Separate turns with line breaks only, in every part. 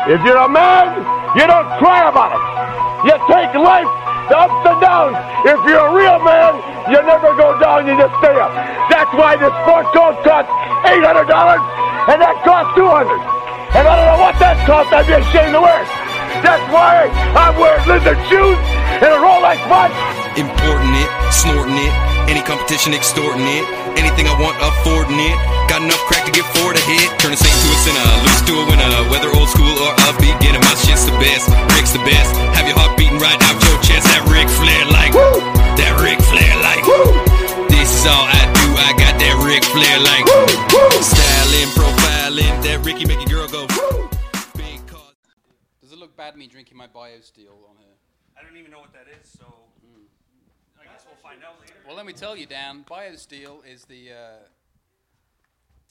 If you're a man, you don't cry about it. You take life, the ups and downs. If you're a real man, you never go down, you just stay up. That's why this sport coat costs $800 and that costs 200 And I don't know what that costs, I'd be ashamed to wear it. That's why I'm wearing lizard shoes and a Rolex watch.
Importing it, snorting it, any competition extorting it, anything I want affording it. Got enough crack to get four to hit. Turn a saint to a sinner, lose to a winner. Whether old school or upbeat, getting my shit's the best. Rick's the best. Have your heart beating right out your chest. That Rick Flair like,
Woo!
that Rick Flair like. This is all I do. I got that Rick Flair like. Styling, profiling, that Ricky make a girl go. Woo! Big cause.
Does it look bad me drinking my bio steel on here?
I don't even know what that is, so I guess we'll find out later.
Well, let me tell you, Dan. BioSteel is the uh,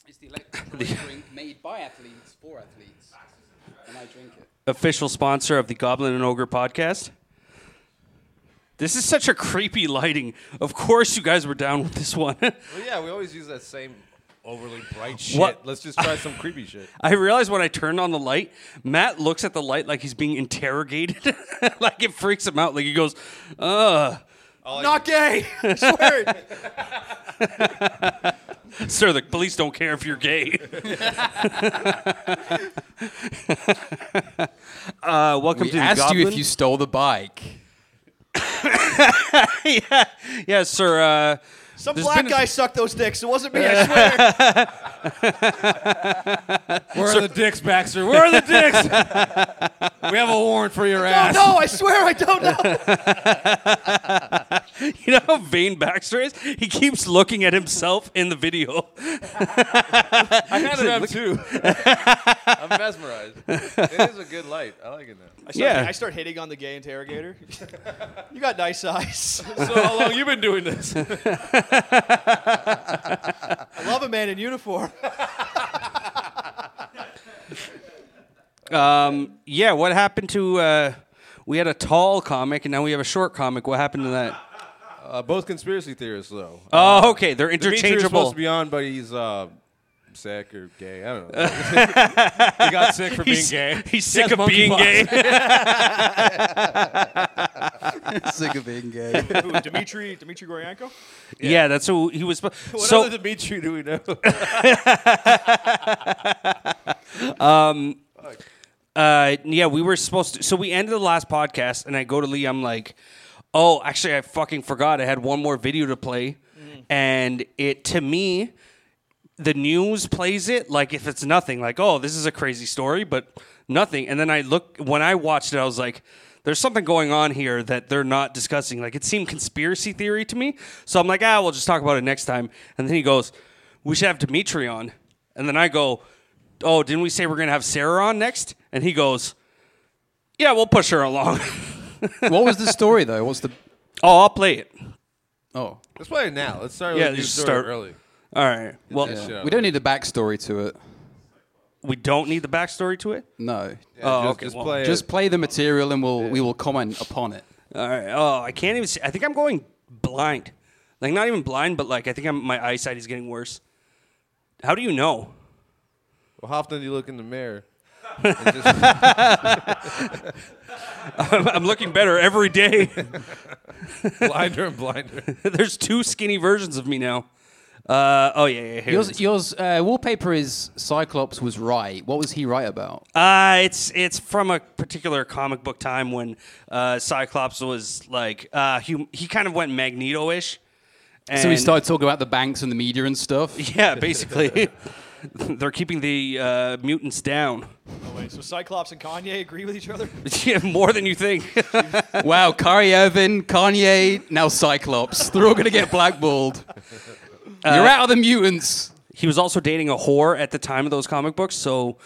is the electric drink made by athletes for athletes, and I drink it.
official sponsor of the Goblin and Ogre podcast. This is such a creepy lighting. Of course, you guys were down with this one.
But yeah, we always use that same overly bright shit.
What-
Let's just try some creepy shit.
I realized when I turned on the light, Matt looks at the light like he's being interrogated. like it freaks him out. Like he goes, "Uh,
Not gay. Swear it.
sir, the police don't care if you're gay." uh, welcome to the Goblin.
stole the bike.
yeah, yeah, sir. Uh,
Some
There's
black
been a-
guy sucked those dicks. It wasn't me, I swear.
Where are the dicks, Baxter? Where are the dicks? we have a warrant for your ass.
no, I swear I don't know.
You know how vain Baxter is? He keeps looking at himself in the video.
I kind of am too. I'm mesmerized. It is a good light. I like it now.
I start,
Yeah.
I start hitting on the gay interrogator. you got nice eyes.
So how long you been doing this?
I love a man in uniform.
Yeah, what happened to? Uh, we had a tall comic, and now we have a short comic. What happened to that?
Uh, both conspiracy theorists, though. Uh,
Oh, okay, they're
Dimitri was
interchangeable.
supposed to be on, but he's uh, sick or gay. I don't know. he got sick for
he's, he's sick of
monkey
being
pox.
gay.
Sick of being gay.
Who, Dimitri, Dimitri Goryanko?
yeah. that's who he was. spo-
What
so
other Dimitri do we know?
Um, uh, yeah, we were supposed to. So we ended the last podcast, and I go to Lee. I'm like, oh, actually, I fucking forgot. I had one more video to play,
Mm.
and it to me, the news plays it like if it's nothing. Like, oh, this is a crazy story, but nothing. And then I look when I watched it, I was like. There's something going on here that they're not discussing. Like it seemed conspiracy theory to me. So I'm like, ah, we'll just talk about it next time. And then he goes, "We should have Dimitri on." And then I go, oh, didn't we say we're going to have Sarah on next? And he goes, yeah, we'll push her along.
what was the story though? What's the
oh, I'll play it.
oh?
Let's play it now. Let's start.
Yeah,
with a new
just
story
start.
early.
All right. Well,
Yeah, shit out
We
of
don't need a backstory to it.
we don't need the backstory to it.
No.
Oh,
just,
okay.
Just
well,
play
Just
it.
play the material and we'll we will comment upon it.
All right. Oh, I can't even see. I think I'm going blind. Like, not even blind, but like, I think I'm, my eyesight is getting worse. How do you know?
Well, how often do you look in the mirror? And just-
I'm looking better every day.
blinder and blinder.
There's two skinny versions of me now. Uh, oh, yeah, yeah. Here it is.
Yours yours uh, wallpaper is Cyclops was right. What was he right about?
Oh,
Uh, it's it's from a particular comic book time when uh, Cyclops was like uh, he he kind of went Magneto-ish.
so we
And-
started talking about the banks and the media and stuff.
Yeah, basically, they're keeping the uh, mutants down.
Oh, wait, so Cyclops and Kanye agree with each other?
Yeah, more than you think.
wow, Kyrie Irving, Kanye, now Cyclops. They're all gonna get blackballed. Uh, You're out of the mutants.
he was also dating a whore at the time of those comic books, so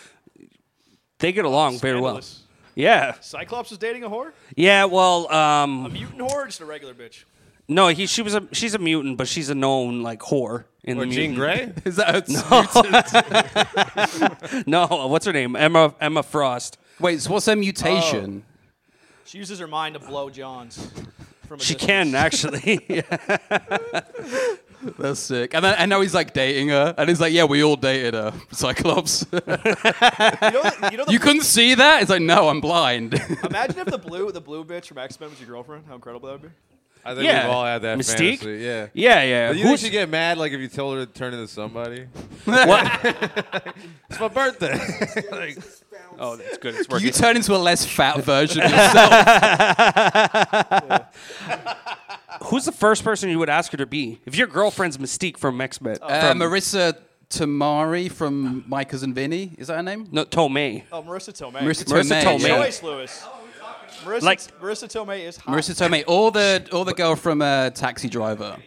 they get along very well.
Scandalous.
Yeah,
Cyclops was dating a whore?
yeah. Well,
A
um,
mutant whore or just a regular bitch?
no, he she was a she's a mutant, but she's a known like whore in
Or
the
Jean
mutant.
Grey?
Is that
No, what's her name? Emma Emma Frost.
Wait, so what's their
Oh.
mutation?
She uses her mind to blow Johns. From a
She
distance.
can actually.
That's sick. And then, and now he's like dating her, and he's like, "Yeah, we all dated her, Cyclops.
You know, the, you know the
you couldn't see that." It's like, "No, I'm blind."
Imagine if the blue, the blue bitch from X Men was your girlfriend. How incredible that would be.
I think
Yeah.
we've all had that
Mystique?
fantasy. Yeah.
Yeah, yeah.
But you think
Who's-
she'd get mad like if you told her to turn into somebody?
what?
It's my birthday. Like,
Oh, that's good. It's
you
working.
turn into a less fat version of yourself.
Who's the first person you would ask her to be? If your girlfriend's Mystique from X Men,
uh, Marissa Tamari from My Cousin Vinny. Is that her name?
no, Tomei.
Oh, Marissa Tomei.
Marissa,
Good
Marissa
Tomei.
Tomei.
yeah.
choice, Lewis. Marissa,
Like-
Marissa Tomei is hot.
Marissa Tomei, or the or the girl from uh, Taxi Driver.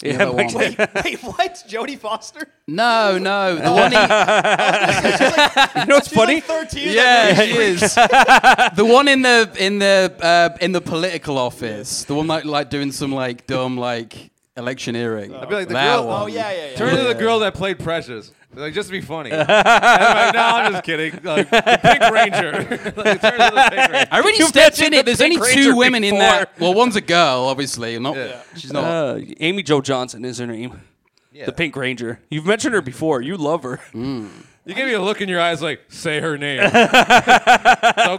The
Yeah,
other
Mike's
one.
Wait, wait, what? Jodie Foster?
No, no, the one. He,
You know what's
She's like
funny?
13.
yeah, she is. the one in the in the uh, in the political office. The one like like doing some like dumb like electioneering. I'd
be like, the
that
girl-
one.
Oh yeah, yeah, yeah.
turn into the girl that played Precious. Like just to be funny. And I'm like, no, I'm just kidding. Like, the Pink Ranger. like, turn into the Pink Ranger.
I already
You've
stepped in
mentioned the
it. There's only
Pink
two
Ranger
women in that.
before.
Well, one's a girl, obviously. Not,
Yeah.
She's not.
Uh, Amy Jo Johnson is her name. The Pink Ranger. You've mentioned her before. You love her.
You give me a look in your eyes like, say her name. Don't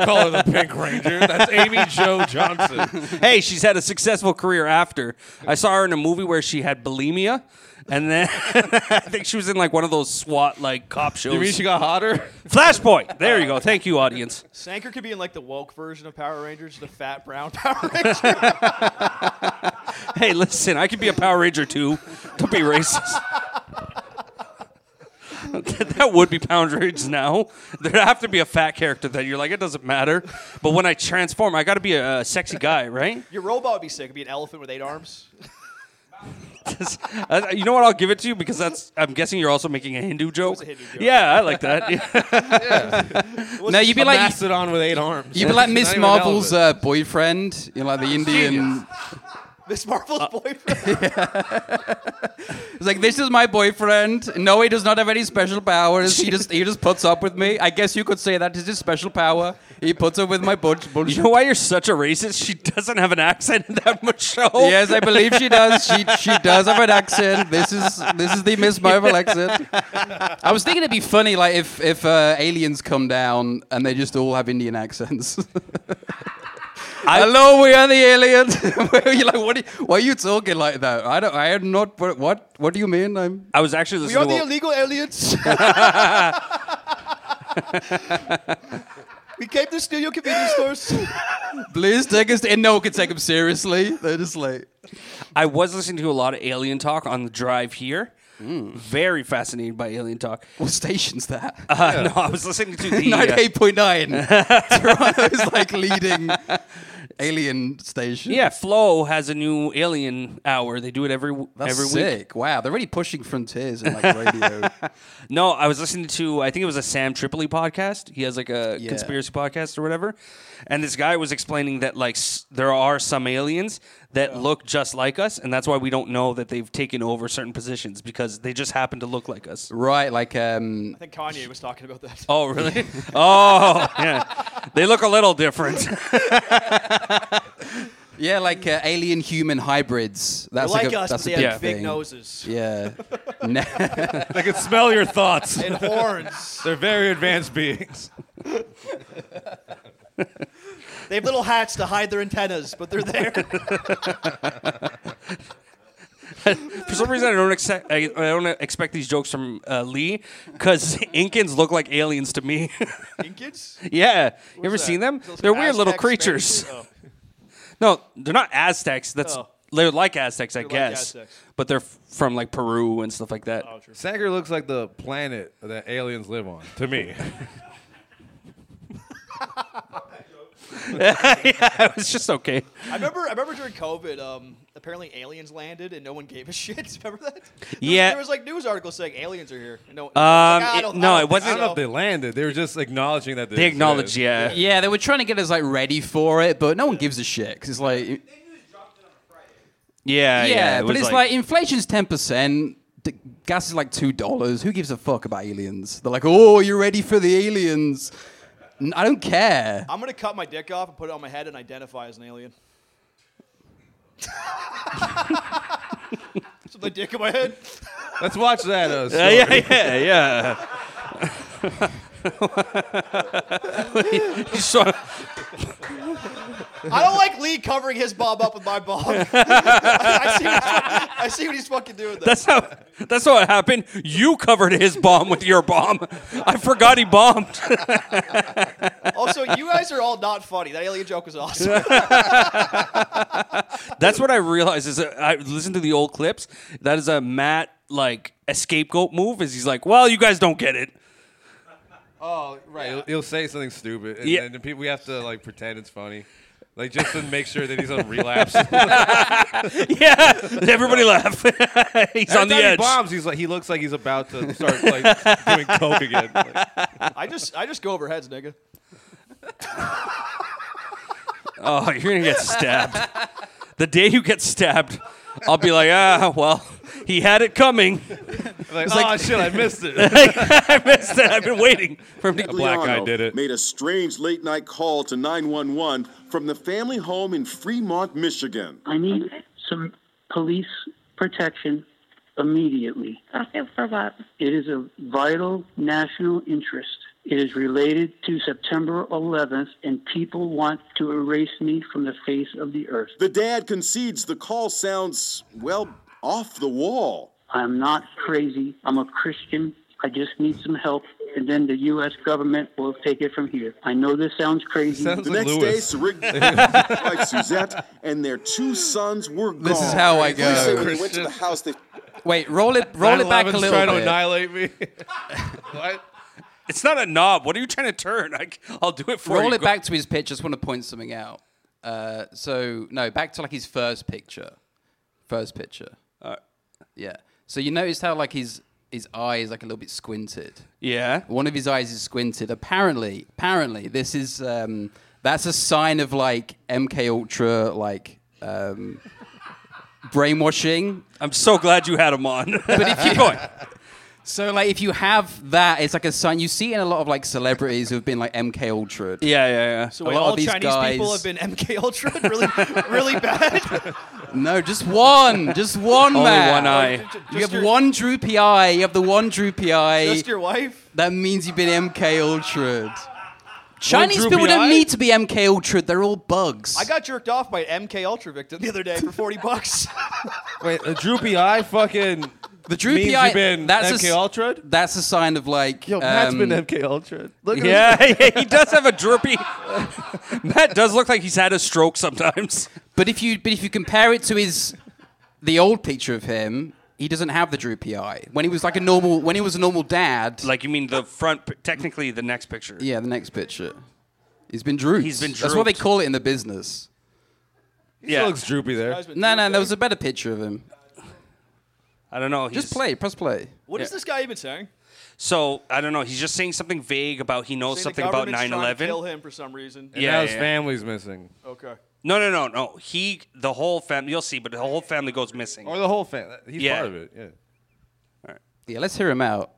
call her the Pink Ranger. That's Amy Jo Johnson.
hey, she's had a successful career after. I saw her in a movie where she had bulimia, and then I think she was in like one of those SWAT like cop shows.
You mean she got hotter?
Flashpoint. There you go. Thank you, audience.
Sanker could be in like the woke version of Power Rangers, the fat brown Power Ranger.
Hey, listen, I could be a Power Ranger too. Don't be racist. that would be Power Rangers now. There'd have to be a fat character that you're like, it doesn't matter. But when I transform, I got to be a, a sexy guy, right?
Your robot would be sick. It'd be an elephant with eight arms.
Uh, you know what? I'll give it to you because that's. I'm guessing you're also making a Hindu joke.
a Hindu joke.
Yeah, I like that. Yeah.
No, you'd be like
Mastodon with eight arms.
you'd be like
Not
Miss
even an
Marvel's
elephant.
uh, boyfriend. You know, like the Indian.
Miss Marvel's
Uh,
boyfriend.
It's like this is my boyfriend. No, he does not have any special powers. He just he just puts up with me. I guess you could say that is his special power. He puts up with my butch
You
bullshit.
know why you're such a racist? She doesn't have an accent in that much show.
Yes, I believe she does. She she does have an accent. This is this is the Miss Marvel accent. I was thinking it'd be funny, like if if uh, aliens come down and they just all have Indian accents. Hello, we are the aliens. You're like, what? Are you, why are you talking like that? I don't. I am not. What? What, what do you mean? I'm.
I was actually
We are
listening.
the
to a-
illegal aliens. we came to steal your convenience stores.
Please take us. And no one can take them seriously. They're just like.
I was listening to a lot of alien talk on the drive here. Very fascinated by alien talk.
What station's that?
Uh, No, I was listening to the. uh,
98.9. Toronto's like leading alien station.
yeah, Flow has a new alien hour. They do it every
That's
every week.
sick. Wow, they're really pushing frontiers in like radio.
No, I was listening to I think it was a Sam Tripoli podcast. He has like a
Yeah.
conspiracy podcast or whatever. And this guy was explaining that like s- there are some aliens that look just like us and that's why we don't know that they've taken over certain positions because they just happen to look like us.
right, like um
I think Kanye was talking about that.
Oh, really? oh, yeah. They look a little different.
yeah, like uh, alien human hybrids. That's
like,
like a,
us, but
that's a
they
big
have
yeah.
big
thing.
noses
Yeah. Ne-
They can smell your thoughts.
and horns.
They're very advanced beings.
they have little hats to hide their antennas, but they're there.
For some reason I don't expect I, I don't expect these jokes from uh, Lee cuz Incans look like aliens to me.
Kids?
yeah. you ever seen them?
Those
They're weird little
Aztec
creatures.
Spanish- oh.
No, they're not Aztecs. That's
Oh.
they're like Aztecs, Oh, I guess.
Aztecs.
But they're f- from like Peru and stuff like that.
oh,
Sanger looks like the planet that aliens live on, to me.
yeah, it's just okay.
I remember. I remember during COVID, um, apparently aliens landed and no one gave a shit. Remember that? There was-
Yeah.
there was like news articles saying aliens are here. And no,
Um,
like, "Ah, I
it-
don't- I
no,
don't
it
think
wasn't-
I don't know if
so.
they landed. They were just acknowledging that
They acknowledge, yeah.
yeah, they were trying to get us like ready for it, but no one gives a shit 'cause it's like
Yeah, yeah.
yeah,
it
but
was
it's like, inflation's ten percent. Gas is like two dollars. Who gives a fuck about aliens? They're like, oh, you're ready for the aliens. N- I don't care.
I'm gonna cut my dick off and put it on my head and identify as an alien. With my dick in my head.
Let's watch that. Uh,
Uh,
story.
yeah, yeah, yeah. You saw-
I don't like Lee covering his bob up with my bob. I, see what he's- I see what he's fucking doing there.
that's how. That's how it happened. You covered his bomb with your bomb. I forgot he bombed.
Also, you guys are all not funny. That alien joke was awesome.
That's what I realized is that I listened to the old clips. That is a Matt like a scapegoat move. Is he's like, well, you guys don't get it.
Right, he'll, he'll say something stupid, and
Yeah.
then the people we have to like pretend it's funny, like just to make sure that he's on relapse. He's
Yeah, everybody laugh. he's on the
he
edge.
bombs. He's like he looks like he's about to start like doing coke again. Like,
I just, I just go over heads, nigga.
Oh, you're gonna get stabbed. the day you get stabbed, I'll be like, ah, well, he had it coming.
like, oh shit, I missed it.
I missed it. I've been waiting for him to.
black guy
Leonardo
did it.
Made a strange late night call to 911 from the family home in Fremont, Michigan.
I need some police protection immediately. For what? It is a vital national interest. It is related to September 11th, and people want to erase me from the face of the earth.
The dad concedes the call sounds, well, off the wall.
I'm not crazy. I'm a Christian. I just need some help, and then the U.S. government will take it from here. I know this sounds crazy.
Sounds
The
like
next
Lewis.
day, Sarig, wife Suzette, and their two sons were gone.
This is how I
Police
go.
say when they went to the house, they
Wait, roll it, roll it back a
9/11's
little
trying to
bit.
annihilate me. what?
It's not a knob. What are you trying to turn? I, will do it for you.
roll it
Go-
back to his pitch. I just want to point something out. Uh, so no, back to like his first picture. First picture. yeah. So you noticed how like his his eye is like a little bit squinted.
Yeah.
One of his eyes is squinted. Apparently, apparently this is um, that's a sign of like MK Ultra like um, brainwashing.
I'm so glad you had him on. But if you going,
So like if you have that, it's like a sign. You see it in a lot of like celebrities who've been like MK Ultra.
yeah, yeah, yeah.
A
Wait,
lot
all
of these
Chinese people
guys.
have been MK Ultra really, really bad.
No, just one, just one
Only
man.
one eye.
You
Just
have
your-
one droopy eye. You have the one droopy eye.
Just your wife.
That means you've been MK Ultra. Chinese
droopy
people
eye?
don't need to be MK Ultra. They're all bugs.
I got jerked off by an MK Ultra victim the other day for forty bucks.
Wait, a droopy eye fucking.
the droopy
means
eye.
you've been
that's
MK
a, s-
Ultra.
That's a sign of like.
Yo, Matt's
um,
been MK Ultra. Look at him.
Yeah, he does have a droopy. Matt does look like he's had a stroke sometimes.
But if you but if you compare it to his the old picture of him, he doesn't have the droopy eye. When he was like a normal when he was a normal dad.
Like you mean the front? pi- Technically, the next picture.
yeah, the next picture. He's been drooped.
He's been
That's what they
drooped.
call it in the business.
Yeah.
He looks droopy there.
No, no, there was a better picture of him.
I don't know.
Just
he's-
play, press play.
What is this guy even saying?
So I don't know. He's just saying something vague about he knows
Say
something
the
about
government's trying to
9/11.
Kill him for some reason.
Yeah,
now his
yeah.
family's missing,
Okay.
No, no, no, no. He, the whole family. You'll see, but the whole family goes missing.
or the whole family. He's
Yeah.
part of it. Yeah.
Yeah, let's hear him out.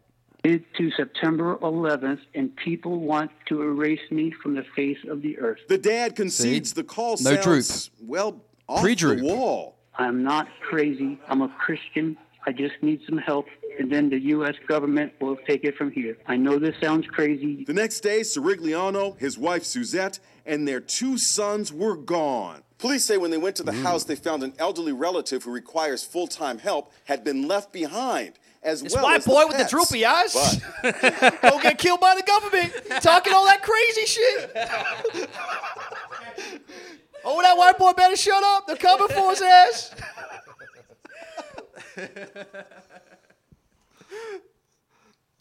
Related to September 11th, and people want to erase me from the face of the earth.
The dad concedes the call
No
sounds, well, off
Pre-droop.
the wall.
I'm not crazy. I'm a Christian. I just need some help, and then the U.S. government will take it from here. I know this sounds crazy.
The next day, Sirigliano, his wife Suzette, and their two sons were gone. Police say when they went to
Mm.
the house, they found an elderly relative who requires full time help had been left behind, as
It's
well
my
as
boy
the
with the
pets.
droopy eyes.
But
Don't get killed by the government. Talking all that crazy shit. oh, that white boy better shut up. They're coming for his ass.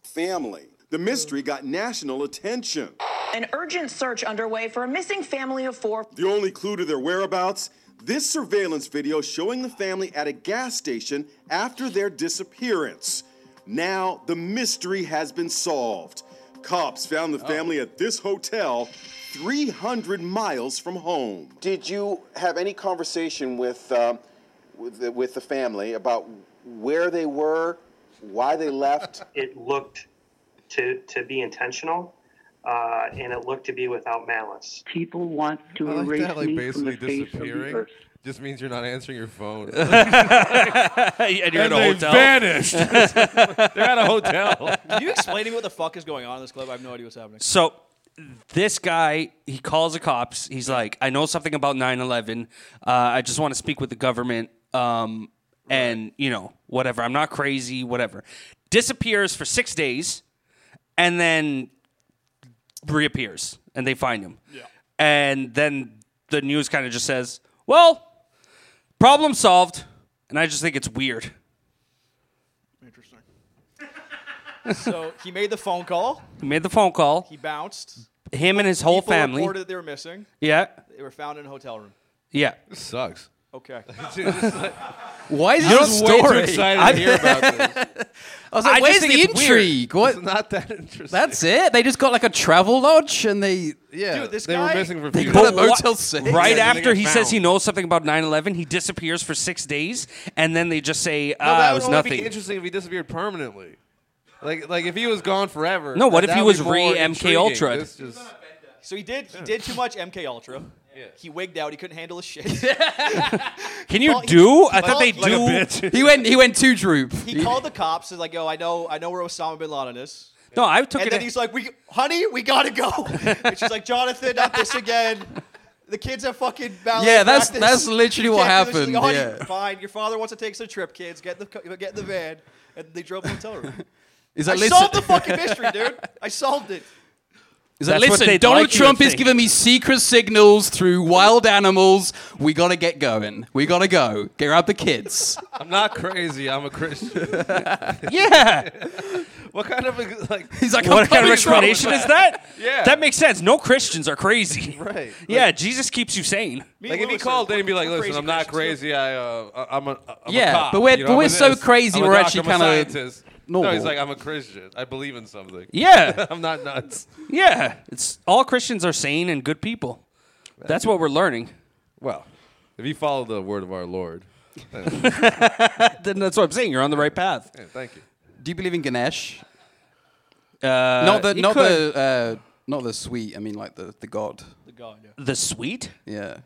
family, the mystery got national attention.
An urgent search underway for a missing family of four.
The only clue to their whereabouts this surveillance video showing the family at a gas station after their disappearance. Now the mystery has been solved. Cops found the
Oh.
family at this hotel 300 miles from home. Did you have any conversation with, um, with, the, with the family about where they were, why they left?
It looked to, to be intentional.
uh, and it looked to be without malice.
People want to
I like
erase
that, like
me from
basically
the face of the
disappearing.
earth.
Just means you're not answering your phone.
And you're in a
they
hotel.
Vanished. They're at a hotel.
Can you explain to me what the fuck is going on in this club? I have no idea what's happening.
So this guy, he calls the cops. He's like, I know something about 9 11. Uh, I just want to speak with the government. Um, and, you know, whatever. I'm not crazy, whatever. Disappears for six days and then reappears and they find him. Yeah. And then the news kind of just says, well, problem solved. And I just think it's weird.
Interesting. so he made the phone call.
He made the phone call.
He bounced.
Him and his whole
People
family.
reported they were missing.
Yeah.
They were found in a hotel room.
Yeah.
This sucks.
Okay.
Why is
You're
this a
way too
story?
excited to
I'm-
hear about this.
I was like,
I just
"Where's
think
the
it's weird.
intrigue? What?
It's not that interesting.
That's it. They just got like a travel lodge, and they
Yeah,
Dude, this
they
guy-
were missing for a
They
few
got
days.
a Motel Six.
Right
Yeah,
after
they
he
get
says he knows something about 9/11, he disappears for six days, and then they just say,
No,
"Ah,
that
it
would
was
only Be
nothing."
interesting if he disappeared permanently. Like, like if he was gone forever.
No, what
that-
if he
that would
was
be more
re-MK Ultra?
intriguing. This just-
So he did. He did too much MK Ultra. He wigged out. He couldn't handle his shit.
Can
He
you
called- he-
do?
he
I thought they
called-
do.
He went. He went too droop.
He called the cops. He's like, "Yo, I know, I know where Osama bin Laden is."
No, I took
and
it
then
a-
he's like, "We, honey, we gotta go." and she's like, "Jonathan, not this again." The kids have fucking ballet
Yeah, that's-
practice.
that's literally
You
what
can't do this." She's like,
happened,
"Honey,
yeah.
Fine, your father wants to take us on a trip, kids. Get in the co- get in the van, and they drove to the hotel room.
Is
I
that listen-
solved the fucking mystery, dude. I solved it.
He's like,
That's what
listen,
they'd
Donald
like you to
Trump is
think."
giving me secret signals through wild animals. We gotta get going. We gotta go. Grab the kids.
I'm not crazy. I'm a Christian.
yeah.
What kind of a, like?
He's like,
what kind of explanation is that?
Yeah.
That makes sense. No Christians are crazy.
Right.
yeah, Jesus keeps you sane.
Like if he called in and be like, "Listen, I'm not crazy. I, uh, I- I'm a, I'm
Yeah,
a cop.
but we're-
you know,
but
I'm
we're
a
so
this,
crazy,
I'm a
we're
doc,
actually
I'm a
kinda
scientist." No,
normal.
he's like, "I'm a Christian. I believe in something.
Yeah.
I'm not nuts."
Yeah, it's all Christians are sane and good people. That's what we're learning.
Well, if you follow the word of our Lord, then-
then that's what I'm saying. You're on the right path.
yeah, thank you.
Do you believe in Ganesh?
Uh,
not the
you
not
could.
the uh, not the sweet. I mean, like the the god.
The god, yeah.
The sweet?
Yeah.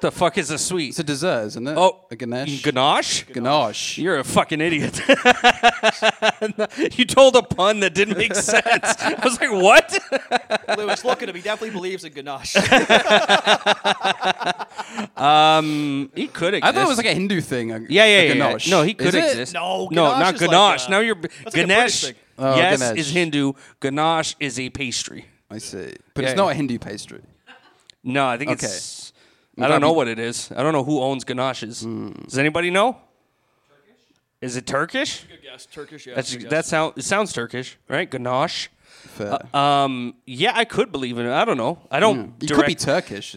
The fuck is a sweet? It's
a dessert, isn't it?
Oh,
a ganache.
Ganache?
Ganache.
You're a fucking idiot. you told a pun that didn't make sense. I was like, what?
Lewis, look at him. He definitely believes in ganache.
um, he could exist.
I thought it was like a Hindu thing. a-
Yeah, yeah,
a
yeah, yeah.
ganache.
No, he
Is
could
it?
exist. no,
Ganache
not
is like
ganache.
a-
now you're
That's like a British
Ganesh.
thing. Oh,
yes,
Ganesh.
is Hindu. Ganache is a pastry.
I see, but
Yeah,
it's not
yeah.
a Hindu pastry.
No, I think
Okay. Hmm.
it's.
I'm
I don't
happy-
know what it is. I don't know who owns ganaches. Does anybody know? Is it Turkish?
Good guess. Turkish, yeah,
That's
good guess.
that sound. It sounds Turkish, right? Ganache. Uh, um. Yeah, I could believe in it. I don't know. I don't.
You Hmm. could be
direct-
Turkish.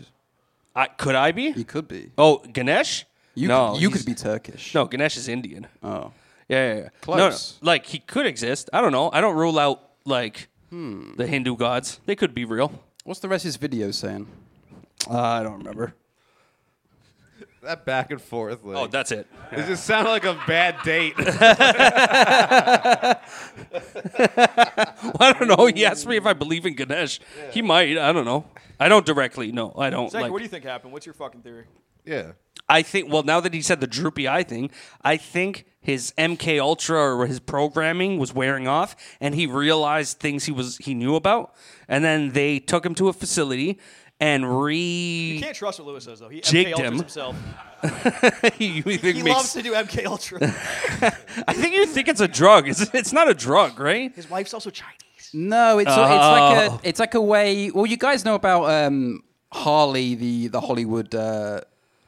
I, could I be? You
could be.
Oh, Ganesh.
You
no,
could, you
he's-
could be Turkish.
No, Ganesh is Indian.
Oh.
Yeah, yeah, yeah. No,
Close.
No, like he could exist. I don't know. I don't rule out like
Hmm.
the Hindu gods. They could be real.
What's the rest of his video saying?
Uh, I don't remember.
That back and forth. Like,
Oh, that's it.
It just sounded like a bad date.
Well, I don't know. He asked me if I believe in Ganesh. He might. I don't know. I don't directly. No, I don't.
Zach,
like,
what do you think happened? What's your fucking theory?
Yeah.
I think. Well, now that he said the droopy eye thing, I think his MK Ultra or his programming was wearing off, and he realized things he was he knew about, and then they took him to a facility and
You
re.
can't trust what Lewis says though. He
Jigged
MK Ultras
him.
himself.
You think
he
makes-
loves to do MK Ultra.
I think you think it's a drug. It's, it's not a drug, right?
His wife's also Chinese.
No, it's it's
Oh.
like a it's like a way. Well, you guys know about um, Harley, the the Hollywood uh,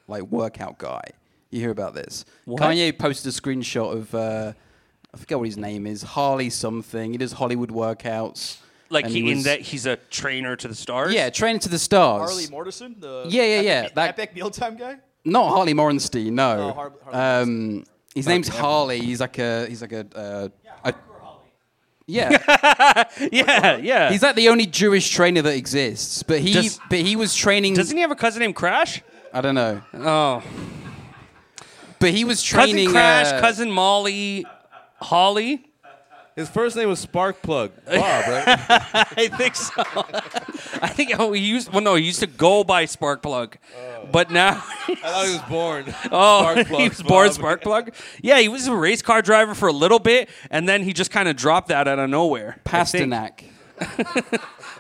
like workout guy. You hear about this?
What?
Kanye posted a screenshot of uh, I forget what his name is. Harley something. He does Hollywood workouts.
Like
and
he, in
was-
that he's a trainer to the stars.
Yeah, training to the stars.
Harley Mortison, the
Yeah, yeah, yeah,
epic,
that-
epic mealtime guy.
Not Harley Morenstein. No.
Oh, Har-
um, his name's Harley. He's like a he's like a. Uh, a yeah,
yeah, yeah.
He's like the only Jewish trainer that exists, but he
Does-
but he was training.
Doesn't he have a cousin named Crash?
I don't know.
Oh,
but he was training.
cousin Crash,
uh,
cousin Molly, Holly.
His first name was Sparkplug. Bob, right?
I think so. I think oh, he used. Well, no, he used to go by Sparkplug, but now. I
thought he was born.
Oh,
Sparkplug
he was born
Bob.
Sparkplug. Yeah, he was a race car driver for a little bit, and then he just kind of dropped that out of nowhere.
Pasternak.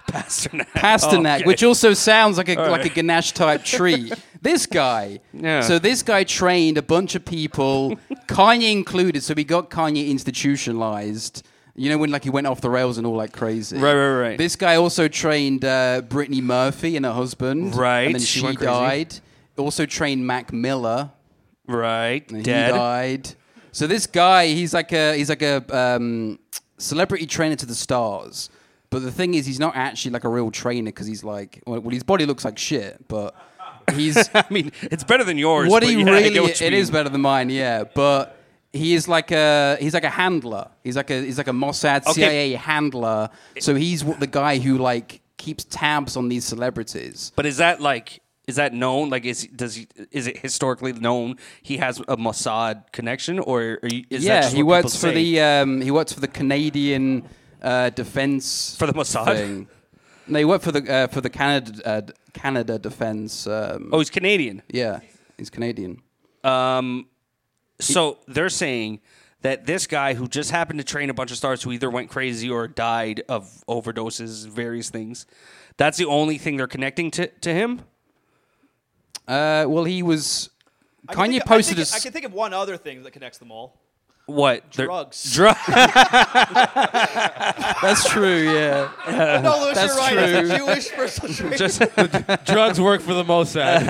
Pasternak.
Pasternak,
Okay.
which also sounds like a
All
like a
right.
ganache type tree. this guy.
Yeah.
So this guy trained a bunch of people, Kanye included. So we got Kanye institutionalized. You know when like he went off the rails and all like crazy.
Right, right, right.
This guy also trained uh, Brittany Murphy and her husband.
Right,
And then
she
she,
went crazy.
died. Also trained Mac Miller.
Right.
And
dead.
He died. So this guy, he's like a he's like a um, celebrity trainer to the stars. But the thing is, he's not actually like a real trainer because he's like, well, well, his body looks like shit, but he's. I
mean, it's better than yours.
What
but
he
yeah, I
really,
get what you
it
mean.
is better than mine, yeah. But he is like a he's like a handler. He's like a he's like a Mossad
Okay.
CIA handler. So he's what- the guy who like keeps tabs on these celebrities.
But is that like is that known? Like is does he is it historically known he has a Mossad connection or are you, is
yeah,
that just
he
what
works
people
for
say?
the um, he works for the Canadian uh, defense
For the Mossad?
Thing. No, he worked for the uh, for the Canada uh, Canada defense. Um,
Oh, he's Canadian.
Yeah, he's Canadian.
Um, so they're saying that this guy who just happened to train a bunch of stars who either went crazy or died of overdoses, various things. That's the only thing they're connecting to, to him.
Uh, well, he was.
I can think of- I think, I can think of one other thing that connects them all.
What? They're-
Drugs.
Drugs.
That's true. Yeah.
Oh, No, Lewis,
That's
you're right. It's a
true.
Jewish person.
Just-
drugs work for the Mossad.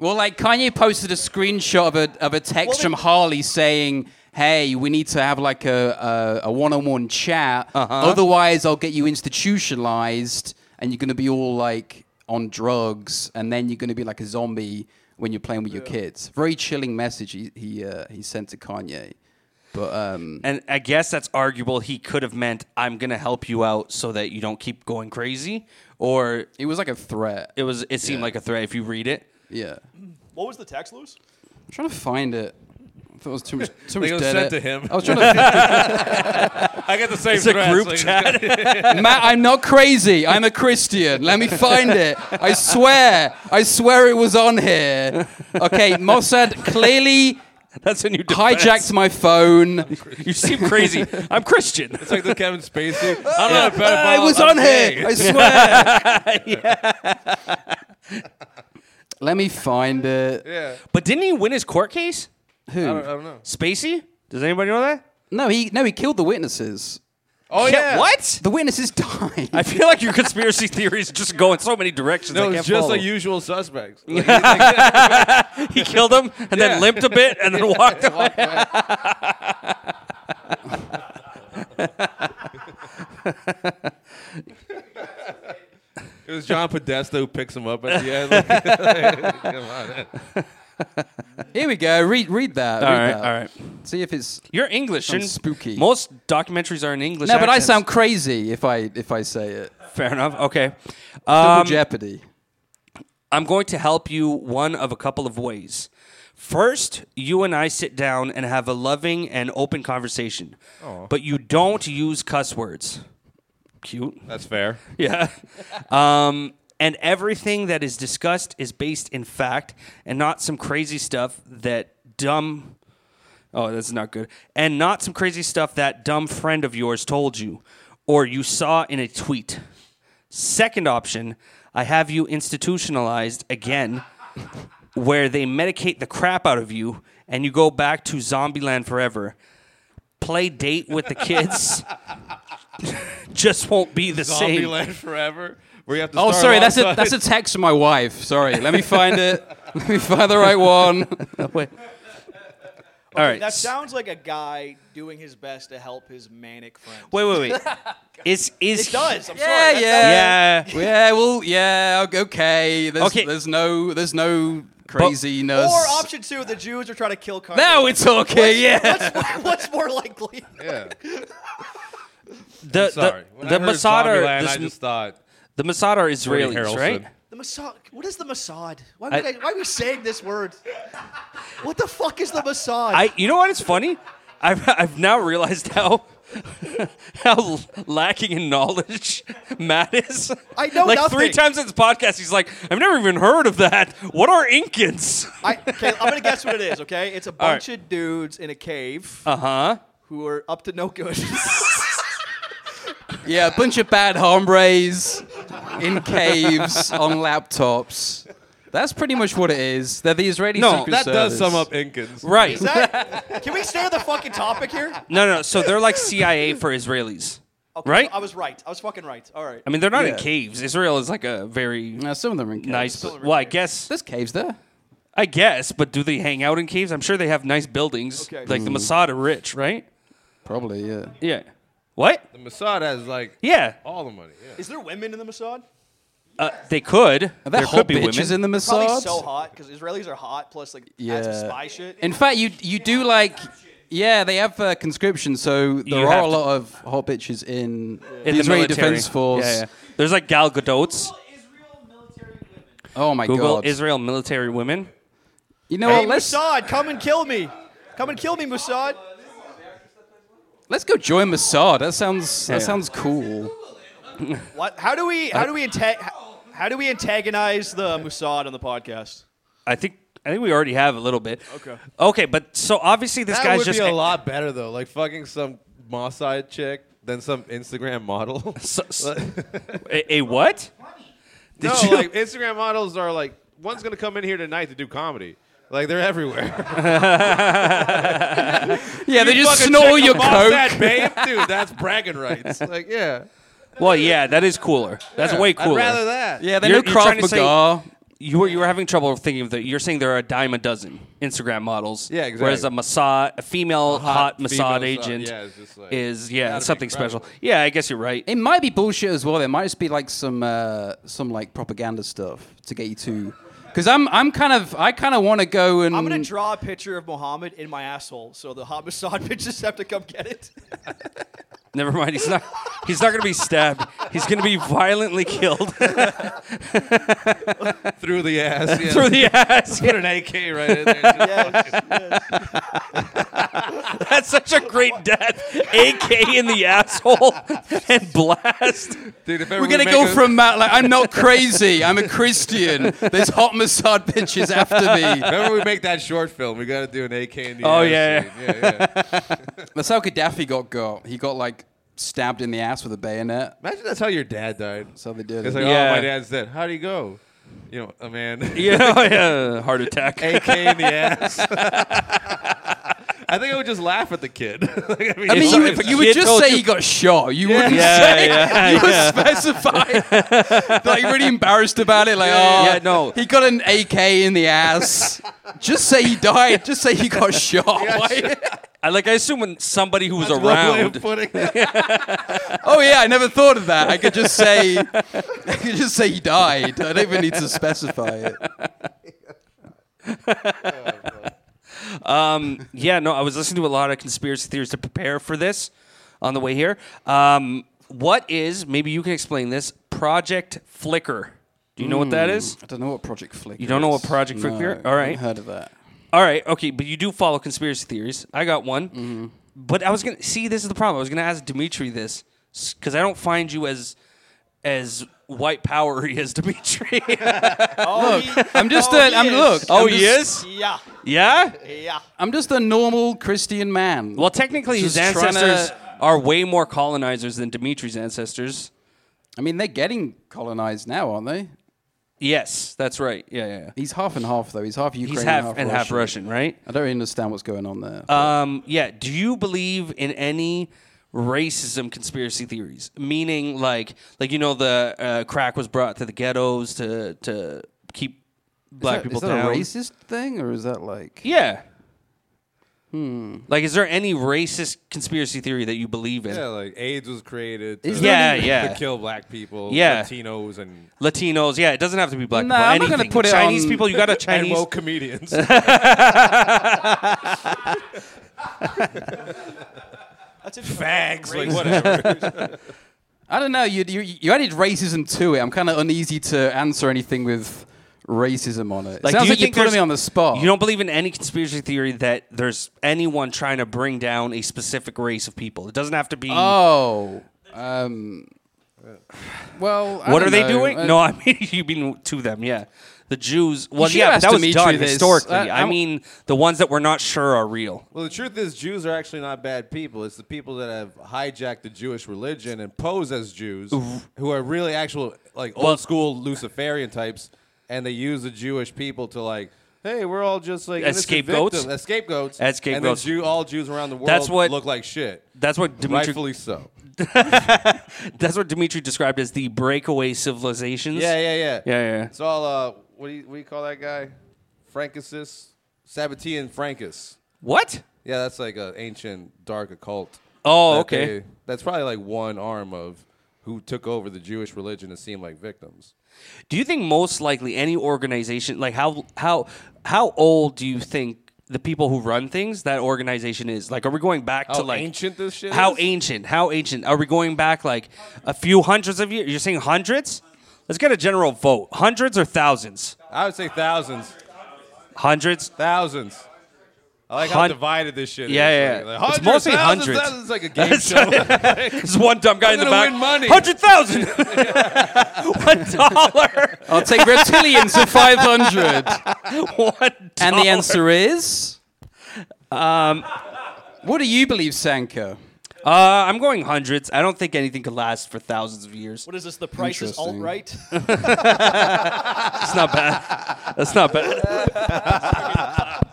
well, like Kanye posted a screenshot of a of a text from Harley saying, "Hey, we need to have like a a, a one-on-one chat.
Uh-huh.
Otherwise, I'll get you institutionalized, and you're gonna be all like on drugs, and then you're gonna be like a zombie when you're playing with your kids." Very chilling message he he, uh, he sent to Kanye. But um,
And I guess that's arguable. He could have meant, "I'm gonna help you out so that you don't keep going crazy," or
it was like a threat.
It was. It seemed
Yeah.
like a threat if you read it.
yeah,
What was the text, Lewis?
I'm trying to find it. I thought it was too much. Too
They
much
go
dead
send
air.
to him.
I was trying to.
I get the same It's a threats, group like, chat.
Matt, I'm not crazy. I'm a Christian. Let me find it. I swear. I swear it was on here. Okay, Mossad clearly.
That's a new
hijacked my phone.
You seem crazy. I'm Christian.
It's like the Kevin Spacey. I'm
Yeah.
not a pedophile.
I Ah, was
I'm
on here,
gay.
I swear. Let me find it.
Yeah.
But didn't he win his court case?
Who? I don't- I
don't know.
Spacey? Does anybody know that?
No, he no he killed the witnesses.
Oh yeah.
What?
The witnesses died.
I feel like your conspiracy theories just go in so many directions.
No,
I
it's
can't
just
follow.
like usual suspects.
he killed him and then limped a bit and then walked away.
it was John Podesta who picks him up at the end. Like, come on.
Here we go. Read read that.
All
read
right,
that.
all right.
See if it's
You're English.
sounds
shouldn't-
spooky.
Most documentaries are in English.
no, but I
accents.
sound crazy if I if I say it.
Fair enough. Okay.
Double
Um,
Jeopardy.
I'm going to help you one of a couple of ways. First, you and I sit down and have a loving and open conversation,
Aw.
but you don't use cuss words. Cute.
That's fair.
Yeah. um, and everything that is discussed is based in fact and not some crazy stuff that dumb. Oh, that's not good. And not some crazy stuff that dumb friend of yours told you or you saw in a tweet. Second option, I have you institutionalized again, where they medicate the crap out of you and you go back to Zombieland forever. Play date with the kids just won't be the same.
Zombieland forever. Where you have to
Oh,
start
sorry, that's a
alongside-
that's a text from my wife. Sorry, let me find it. let me find the right one.
Wait. All right.
That sounds like a guy doing his best to help his manic friend.
Wait, wait, wait. Is is
It does. I'm
Yeah,
sorry.
yeah,
sounds-
yeah. Well, yeah. ok- Okay. There's,
Okay.
There's no. There's no
Or
craziness.
option two, the Jews are trying to kill Kanye.
Now we're talking,
What's-
yeah.
What's, what's more likely?
Yeah.
the
I'm sorry.
the,
When I
the
heard
Mossad are
Zombieland,
this-
I just thought
the Mossad are
Woody
Israelis,
Harrelson.
right?
The Mossad. What is the Mossad? Why,
I-
would I, why are we saying this word? What the fuck is the Mossad?
I you know what? It's funny. I've, I've now realized how how lacking in knowledge Matt is.
I know
like
nothing.
three times in this podcast, he's like, "I've never even heard of that. What are Incans?"
I, okay, I'm gonna guess what it is. Okay, it's a
All right.
bunch of dudes in a cave
Uh huh.
who are up to no good.
Yeah, a bunch of bad hombres in caves on laptops. That's pretty much what it is. They're the Israeli
No,
secret
that does
Service.
sum up Incans. Right.
Is that? Can we stay on the fucking topic here?
No, no. So they're like CIA for Israelis,
Okay,
right?
I was right. I was fucking right. All right.
I mean, they're not in
Yeah.
caves. Israel is like a very
some of them are in caves.
nice. well, I guess
there's caves there.
I guess, but do they hang out in caves? I'm sure they have nice buildings.
Okay.
Like the
Mm.
Mossad are rich, right?
Probably, yeah.
Yeah. What?
The Mossad has like
Yeah.
all the money. Yeah.
Is there women in the Mossad?
Uh, they could. there could be women.
Probably so hot because Israelis are hot. Plus, like yeah.
Yeah.
spy shit.
In fact, you you do like. Yeah, they have uh, conscription, so there
You
are
have
a
to-
lot of hot bitches in,
in
the
the
Israeli
military.
Defense Force.
Yeah, yeah. There's like Gal Gadot's.
Oh my
Google
god!
Israel military women.
You know
hey,
what? Let's
Mossad, come and kill me. Come and kill me, Mossad.
let's go join Mossad. That sounds
Yeah.
that sounds cool.
What? How do we? How do we anta- how, how do we antagonize the Mossad on the podcast?
I think I think we already have a little bit.
Okay.
Okay, but so obviously this
that
guy's
would
just
be a lot better though. Like fucking some Mossad chick than some Instagram model.
a, a what?
no,
Did you-
like Instagram models are like one's gonna come in here tonight to do comedy. Like they're everywhere.
Yeah, they
You
just
fucking
snore
check the
your
Mossad,
coke.
babe, dude. That's bragging rights. Like yeah.
Well, yeah, that is cooler. That's
Yeah,
way
I'd
cooler.
rather that. Yeah,
they
You're-
know
you're
Krav
trying to say-
Maga.
You were you were having trouble thinking of that. You're saying there are a dime a dozen Instagram models.
Yeah,
Whereas
exactly.
a Mossad, a female hot,
female
Mossad
Mossad,
agent
yeah, it's just like-
is yeah
That'd be
something special. Yeah, I guess you're right.
It might be bullshit as well. There might just be like some uh, some like propaganda stuff to get you to. Because I'm I'm kind of I kind of want to go and
I'm
Mm.
gonna draw a picture of Mohammed in my asshole, so the hot Mossad bitches have to come get it.
Never mind. He's not. He's not going to be stabbed. He's going to be violently killed
Through the ass, yeah.
Through the ass.
Put an AK right in there, just
Yes,
yes. That's such a great death. AK in the asshole and blast.
Dude, if
We're gonna go from uh, like I'm not crazy. I'm a Christian. There's hot Mossad bitches after me.
Remember we make that short film. We got to do an AK in the
Oh,
E
yeah,
ass scene.
yeah.
yeah, yeah.
That's how Gaddafi got got. He got like stabbed in the ass with a bayonet.
Imagine that's how your dad died.
That's how they did.
It's
it.
like, oh, my dad's dead. How'd he go? You know, a man.
Yeah, oh, yeah, heart attack.
AK in the E ass. I think I would just laugh at the kid. Like,
I mean,
if-
you,
if a
would- you would
kid
just
told
say he got shot. You
Yeah.
wouldn't
Yeah,
say
yeah,
you would
yeah.
specify. like really embarrassed about it. Like,
Yeah,
oh,
yeah, no.
he got an AK in the ass. just say he died. Just say he got shot. Why-
I like. I assume when somebody who was
one way
around.
of oh yeah, I never thought of that. I could just say, I could just say he died. I don't even need to specify it.
um, yeah, no, I was listening to a lot of conspiracy theories to prepare for this on the way here. Um, what is, maybe you can explain this, Project Flickr? Do you know what that
Hmm,
is?
I don't know what Project Flickr.
You don't know what
is.
Project
No,
Flickr?
I
All right.
haven't heard of that.
All right, okay, but you do follow conspiracy theories. I got one.
Mm-hmm.
But I was going to see this is the problem. I was going to ask Dimitri this cuz I don't find you as as white powery as Dimitri.
Oh, he-
I'm just
oh,
a.
he
I'm
is.
look.
Oh,
I'm
he
just-
is?
Yeah.
yeah?
Yeah.
I'm just a normal Christian man.
Well, technically, his
Just trying to-
ancestors are way more colonizers than Dimitri's ancestors.
I mean, they're getting colonized now, aren't they?
Yes, that's right. Yeah, yeah. yeah.
He's half and half though. He's half Ukrainian,
He's half,
half Uh,
and half Russian, right?
I don't really understand what's going on there.
Um, yeah. Do you believe in any racism conspiracy theories? Meaning, like, like you know, the uh, crack was brought to the ghettos to to keep black
is that,
people
is that
down.
a racist thing, or is that like?
Yeah.
Hmm.
Like, is there any racist conspiracy theory that you believe in?
Yeah, like AIDS was created. To,
Is there Yeah, any- yeah.
To kill black people,
Yeah.
Latinos, and
Latinos, yeah, it doesn't have to be black
Nah,
people.
I'm not
Anything.
gonna put it
Chinese
on-
people, you got a Chinese
and woke comedians.
That's a
Fags, like whatever.
I don't know. You, you you added racism to it. I'm kind of uneasy to answer anything with racism on it. Sounds like you're putting me on the spot.
You don't believe in any conspiracy theory that there's anyone trying to bring down a specific race of people. It doesn't have to be.
Oh, um, well, I
what
don't
are they
know. Uh,
doing?
I-
no, I mean you mean to them, yeah. The Jews. Well,
should
yeah, but
ask
that was
Dimitri
done
this. Uh,
historically.
I-
I,
I-
mean the ones that we're not sure are real.
Well, the truth is, Jews are actually not bad people. It's the people that have hijacked the Jewish religion and pose as Jews, who are really actual, like
Well-
old school Luciferian types, and they use the Jewish people to like, hey, we're all just like
As
innocent
scapegoats?
victims- as scapegoats,
As
and then
scapegoats.
Jew, all Jews around the world
That's what-
look like shit.
That's what Dimitri.
rightfully so.
That's what Dimitri described as the breakaway civilizations.
Yeah, yeah, yeah,
yeah, yeah.
It's all uh, what do you, what do you call that guy? Frankisus, Sabbatean Frankus.
What?
Yeah, that's like an ancient dark occult.
Oh,
that
okay.
they- that's probably like one arm of who took over the Jewish religion and seemed like victims.
Do you think most likely any organization, like how how how old do you think the people who run things that organization is? Like, are we going back
How
to like
ancient this shit
How
is?
ancient? How ancient? Are we going back like a few hundreds of years? You're saying hundreds? Let's get a general vote: hundreds or thousands?
I would say thousands,
Hundreds,
thousands. I like how
Hun-
divided this shit
Yeah, yeah,
is.
yeah.
Like,
It's
hundreds,
mostly
thousands,
hundreds.
thousands. It's like a game
That's
show.
There's one dumb guy
I'm
in the
gonna
back.
win money.
Hundred thousand. One dollar.
I'll take reptilians for 500.
One
And the
dollar.
answer is? Um, what do you believe, Sanka?
Uh, I'm going hundreds. I don't think anything could last for thousands of years.
What is this? The price is alt right?
That's not bad. That's not bad.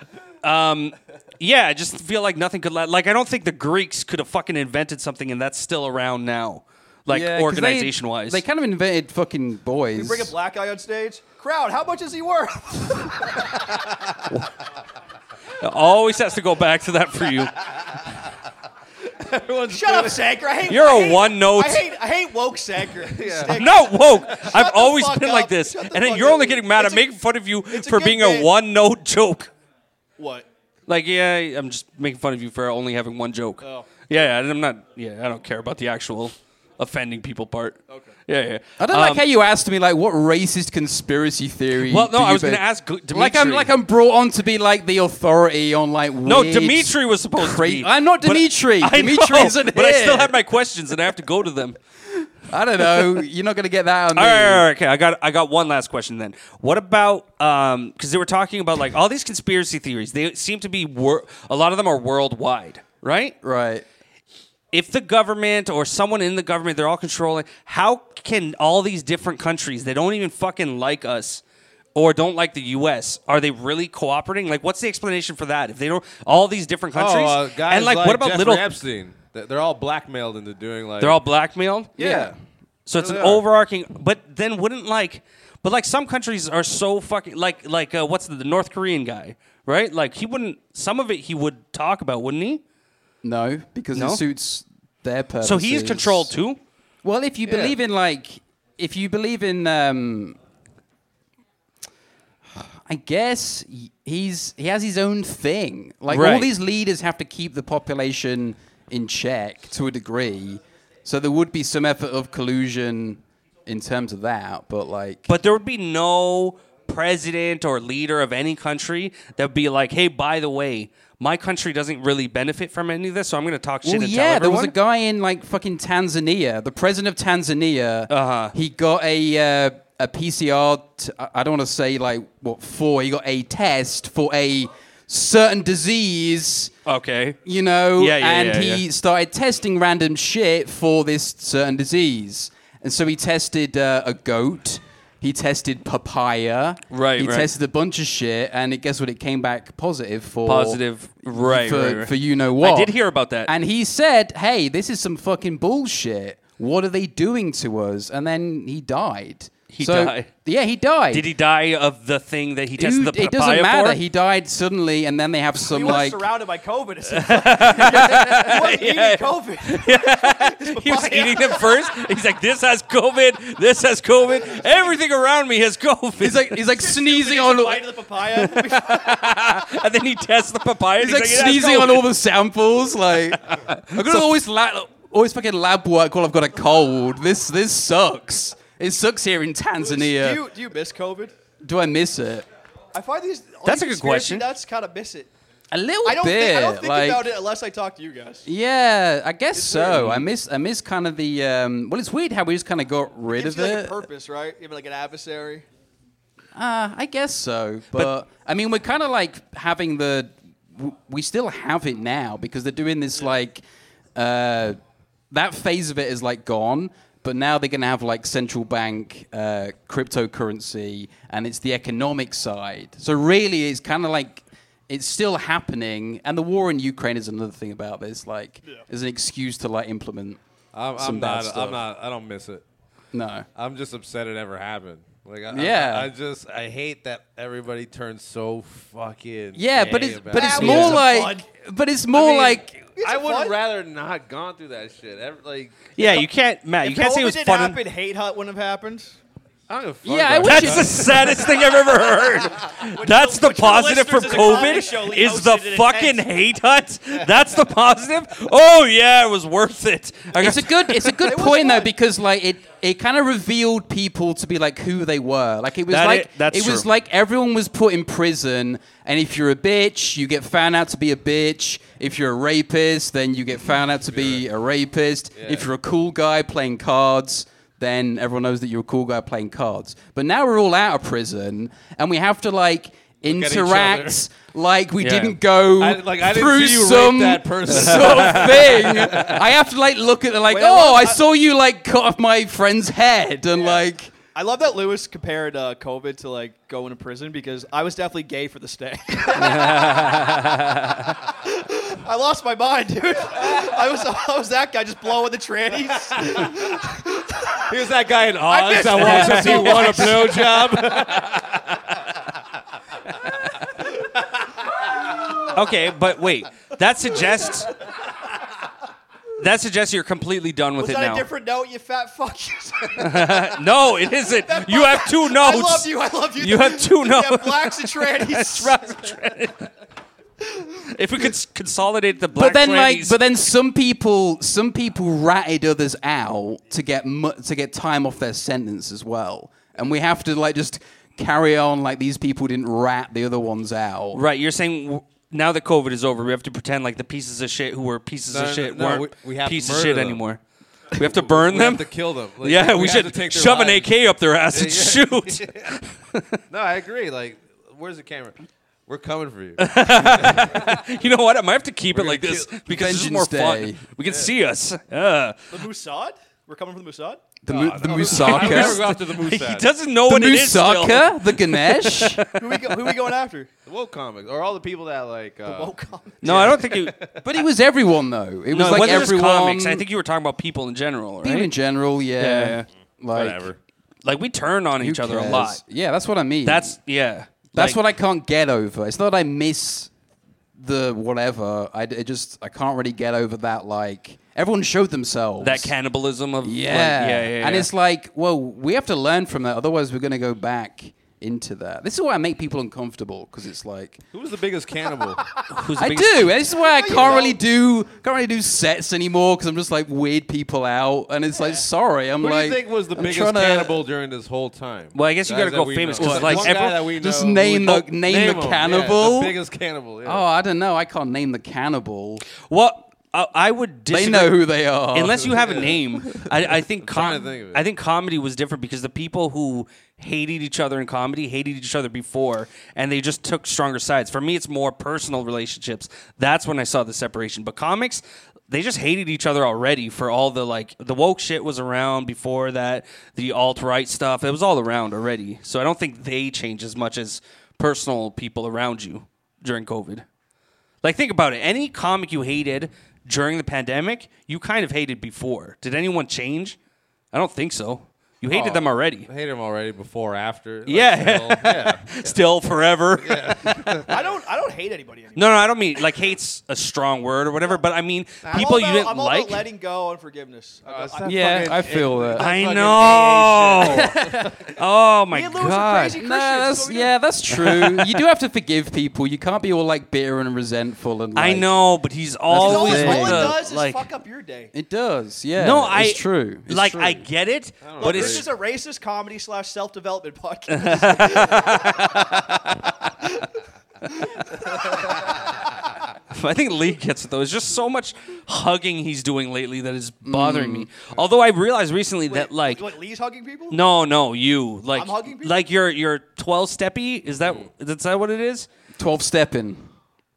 um, yeah, I just feel like nothing could la- like I don't think the Greeks could have fucking invented something and that's still around now, like
Yeah, 'cause they-
organization wise.
They kind of invented fucking
You
boys.
bring a black guy on stage. Crowd, how much is he worth?
always has to go back to that for you.
Shut up, Sanker. I hate.
You're
I
a
hate-
Oh,
one-note-
I hate. I hate woke Sanker. Stick.
I'm not woke. I've
the
always
fuck
been like
up.
this,
Shut the
and then
fuck
you're
up.
only getting mad. I'm making fun of you
a
for
good
being
bit.
a one-note joke.
What?
Like, yeah, I'm just making fun of you for only having one joke.
Oh.
Yeah, yeah, I'm not. Yeah, I don't care about the actual offending people part. Okay. Yeah, yeah.
I don't
Um,
like how you asked me like what racist conspiracy theory.
Well, no,
do
I
you
was gonna
believe-
ask G-
Like I'm
Dimitri.
like I'm brought on to be like the authority on like
No,
weird
Dimitri was supposed
cra-
to be.
I'm not
but-
Dimitri.
I
Dimitri
know,
isn't
But I still
here.
have my questions, and I have to go to them.
I don't know. You're not gonna get that on me.
All right, all right, okay. I got I got one last question then. What about um because they were talking about like all these conspiracy theories. They seem to be wor- a lot of them are worldwide, right?
Right.
If the government or someone in the government they're all controlling, how can all these different countries that don't even fucking like us or don't like the US, are they really cooperating? Like what's the explanation for that? If they don't all these different countries
Oh, uh, guys
and like, what about
Jeffrey
little
Epstein? Th- They're all blackmailed into doing like
they're all blackmailed?
Yeah.
So it's
They
an
are.
overarching, but then wouldn't like, but like some countries are so fucking like like uh, what's the, the North Korean guy, right? Like he wouldn't. Some of it he would talk about, wouldn't he?
No, because
No?
it suits their purposes.
So he's controlled too.
Well, if you
Yeah.
believe in like, if you believe in, um, I guess y- he's he has his own thing. Like all
Right.
these leaders have to keep the population in check to a degree, so there would be some effort of collusion in terms of that. But like,
But there would be no president or leader of any country that would be like, hey, by the way, my country doesn't really benefit from any of this, so I'm going to talk shit
well,
and
yeah,
tell
there was
everyone.
a guy in like fucking Tanzania, the president of Tanzania. Uh-huh. He got a uh, a PCR. T- I I don't want to say like what for. He got a test for a certain disease.
Okay.
You know,
Oh. Yeah, yeah,
and
yeah,
he
yeah.
started testing random shit for this certain disease. And so he tested uh, a goat. He tested papaya.
Right,
He
right.
tested a bunch of shit, and it, guess what? It came back positive for
Positive. Right,
for,
right, right.
for you know what.
I did hear about that.
And he said, "Hey, this is some fucking bullshit. What are they doing to us?" And then he died.
He
So-
died.
Yeah, he died.
Did he die of the thing that he tested
Dude,
the papaya
it doesn't matter.
for?
He died suddenly, and then they have some
We were
like
surrounded by COVID. It's like, what, you
Yeah.
need COVID?
he was eating them first. He's like, "This has COVID. This has COVID. Everything around me has COVID." He's
like, he's like sneezing on.
Bite of the papaya.
and then he tests the papaya.
He's like sneezing on all the samples. Like I'm gonna always la- always fucking lab work while I've got a cold. This this sucks. It sucks here in uh,
Do
Tanzania.
you, do you miss COVID?
Do I miss it?
I find these. all
That's
these
a good
conspiracy
question.
Nuts kind of miss it.
A little
I don't Think, I don't
bit,
think
like-
about it unless I talk to you guys.
Yeah, I guess so. I miss I miss kind of the um, well. It's weird how we just kind of got rid
Gives
of
you like a
it.
purpose, right? You have like an adversary.
Uh, I guess so, but, I mean, we're kind of like having the. w- We still have it now because they're doing this like. Uh, that phase of it is like gone, but now they're going to have like central bank uh, cryptocurrency, and it's the economic side. So really, it's kind of like it's still happening, and the war in Ukraine is another thing about this. Like, there's an excuse to like implement
I'm,
some
I'm
bad
not.
stuff.
I'm not. I don't miss it.
No.
I'm just upset it ever happened. Like, I,
Yeah.
I, I just I hate that everybody turns so fucking.
Yeah, but
gay
it's
about
but it's
it.
more like but it's more
I mean,
like
I would have rather not gone through that shit. Ever, like,
Yeah, you can't, Matt.
If
You can't say it
COVID
was
didn't
fun. and-
Happen, hate hut wouldn't have happened.
I don't
fuck Yeah, I about
That's
wish it-
the saddest thing I've ever heard. That's the
which for
positive for
listeners is a comedy show
COVID
we
is the
hosted in a
fucking hate hut. That's the positive. Oh yeah, it was worth it. I
it's a good it's a good point though because like it it kind of revealed people to be like who they were like it was
That
like
i- that's
it was
true.
like everyone was put in prison and if you're a bitch you get found out to be a bitch if you're a rapist then you get found out to be a rapist if you're a cool guy playing cards then everyone knows that you're a cool guy playing cards but now we're all out of prison and we have to like
at each other.
interact like we
Yeah.
didn't go
I- like, I didn't
through
see you rape
some
that person.
sort of thing. I have to like look at it like,
Wait,
oh,
what?
I saw you like cut off my friend's head and like.
I love that Lewis compared uh, COVID to like going to prison because I was definitely gay for the stay. I lost my mind, dude. I was I was that guy just blowing the trannies.
Here's that guy in
I
Oz
missed
that
that
wants to
so
see want a
much.
blowjob.
Okay, but wait. That suggests that suggests you're completely done with
was
it
that
now.
a different note, you fat fuck?
no, it isn't. You have two notes.
I love you. I love you.
Oh, You have two
Yeah,
notes.
blacks and trannies.
Blacks and trannies. if we could s- consolidate the
but
black
then,
trannies-
like, but then some people, some people ratted others out to get mu- to get time off their sentence as well, and we have to like just carry on like these people didn't rat the other ones out.
Right, you're saying w- now that COVID is over, we have to pretend like the pieces of shit who were pieces
No,
of
no,
shit
no,
weren't
we- we have to
pieces of
murder
shit
them.
anymore. We have to burn
We
them.
have to kill them. Like,
yeah, we,
we have
should
to take their
shove an
lives.
AK up their ass and shoot.
no, I agree. Like, where's the camera? We're coming for you.
you know what? I might have to keep it like this
kill-
because this is
Vengeance
more
Day.
fun. We can see us. Uh,
The Mossad? We're coming from the Mossad?
The,
mu-
the
Mousaka?
I never go after the Moosad.
He doesn't know The what it is still. Mousaka? The Ganesh?
who, we go, who we going after?
The woke comics, or all the people that like. Uh, the woke
comics.
no, I don't think you.
But it was everyone though. It
no,
was like
wasn't just
everyone.
comics. I think you were talking about people in general, right?
People in general, yeah. Like-
Whatever. Like we turn on
Who
each other a
cares?
lot.
Yeah, that's what I mean.
That's yeah.
That's
Like-
what I can't get over. It's not that I miss the whatever. I d- it just I can't really get over that. Like everyone showed themselves
that cannibalism of like-
Yeah.
yeah, yeah,
And
yeah.
it's like, well, we have to learn from that. Otherwise, we're going to go back into that. This is why I make people uncomfortable because it's like
Who was the biggest cannibal?
Who's
I do. and This is why I can't really do can't really do sets anymore because I'm just like weird people out, and it's like sorry, I'm
Who
like
do you think was the
I'm
biggest
trying to-
cannibal during this whole time?
Well, I guess you
Guys
gotta
that
go
we
famous,
know.
'cause,
Just
like,
one guy
every-
that we
Just
know who
name
we-
the name,
him,
the
yeah,
cannibal.
the biggest cannibal. yeah.
Oh, I don't know. I can't name the cannibal.
Well, I, I would.
They
disagree-
know who they are.
Unless you have a name, I, I think,
trying
com-
to think of it.
I think comedy was different because the people who hated each other in comedy hated each other before, and they just took stronger sides. For me, it's more personal relationships. That's when I saw the separation. But comics, they just hated each other already for all the like the woke shit was around before that, the alt right stuff. It was all around already. So I don't think they change as much as personal people around you during COVID. Like, think about it. Any comic you hated during the pandemic, you kind of hated before. Did anyone change? I don't think so. You hated
Oh,
them already.
I hated him already before, after. like,
yeah.
still, yeah.
Still forever.
I don't I don't hate anybody anymore.
No, no, I don't mean like hate's a strong word or whatever, but I mean people
I'm all about,
you didn't
I'm all
like.
about letting go and forgiveness. I- I-
that Yeah, fucking- I feel that. that
I
fucking
know. oh my
Me and Louis are
god.
crazy
No, that's, yeah, that's true. you do have to forgive people. You can't be all like bitter and resentful and.
I
like-
know, but he's
the
always
thing.
with the
does is
like
fuck up your day.
It does, yeah.
No, I
It's true. It's
like
true.
I get it,
don't
but
know.
it's
This is a racist comedy slash self development podcast.
I think Lee gets it though. It's just so much hugging he's doing lately that is
Mm.
bothering me. Although I realized recently that like
What, Lee's hugging people?
no, no, you like
I'm hugging people? Mm.
like your your twelve steppy is that is that what it is?
Twelve stepping.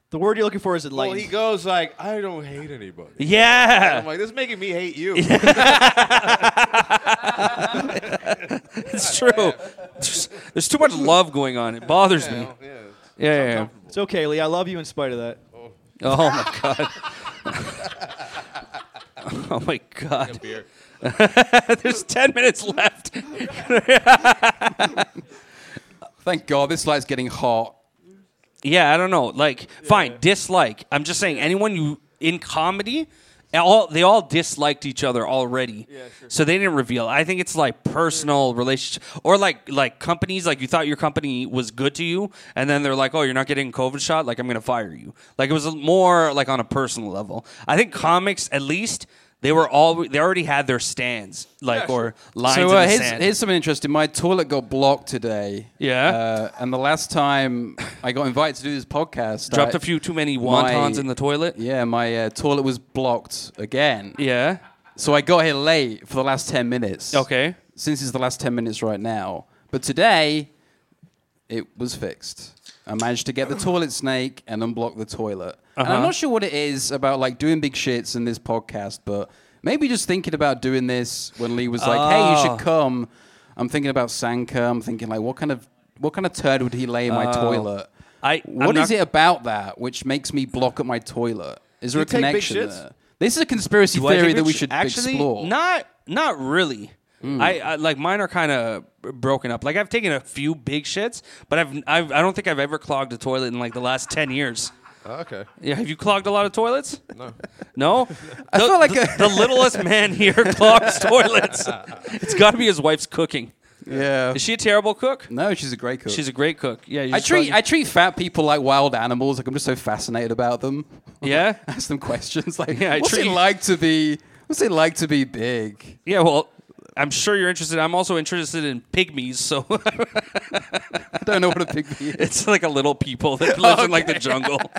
The word you're looking for is
Well, he goes like, I don't hate anybody.
Yeah.
I'm like, this is making me hate you.
it's true. There's, there's too much love going on. It bothers me. Yeah, yeah, yeah.
It's okay, Lee. I love you in spite of that.
Oh my god. oh my god. There's ten minutes left.
Thank God this light's getting hot.
Yeah, I don't know. Like, fine, dislike. I'm just saying, anyone you in comedy, all they all disliked each other already. Yeah, sure. So they didn't reveal. I think it's like personal relationship or like like companies. Like you thought your company was good to you, and then they're like, "Oh, you're not getting COVID shot. Like I'm gonna fire you." Like it was more like on a personal level. I think comics, at least. They were all. They already had their stands, like or lines.
so
in
uh,
the
here's,
sand.
here's something interesting. My toilet got blocked today.
Yeah?
Uh, and the last time I got invited to do this podcast,
Dropped
I-
a few too many wontons in the toilet.
Yeah, my uh, toilet was blocked again.
Yeah.
So I got here late for the last ten minutes.
Okay.
Since it's the last ten minutes right now, but today it was fixed. I managed to get the toilet snake and unblock the toilet. And I'm
Uh-huh.
not sure what it is about like doing big shits in this podcast, but maybe just thinking about doing this when Lee was like, "Hey, you
Oh.
should come." I'm thinking about Sanka. I'm thinking like, what kind of what kind of turd would he lay in my
Oh.
toilet?
I
What
I'm
is
not-
it about that which makes me block up my toilet? Is
Do
there
you
a
take big
connection
shits?
there? This is a conspiracy
Do I
theory
think
that we
sh-
should
actually
explore. Hmm.
not not really. I, I like mine are kind of broken up. Like I've taken a few big shits, but I've, I've I don't think I've ever clogged a toilet in like the last ten years.
okay.
Yeah, have you clogged a lot of toilets?
No.
No.
I
the,
feel like
the,
a-
the littlest man here clogs toilets. It's got to be his wife's cooking.
Yeah.
Is she a terrible cook?
Oh. No, she's a great cook.
She's a great cook. Yeah. you
I
just
treat
clog-
I treat fat people like wild animals. Like I'm just so fascinated about them.
Yeah.
Ask them questions like,
Yeah, I
what's
treat-
it like to be? What's it like to be big?
Yeah, well, I'm sure you're interested. I'm also interested in pygmies, so
I don't know what a pygmy is.
it's like a little people that lives in like the
Okay.
jungle,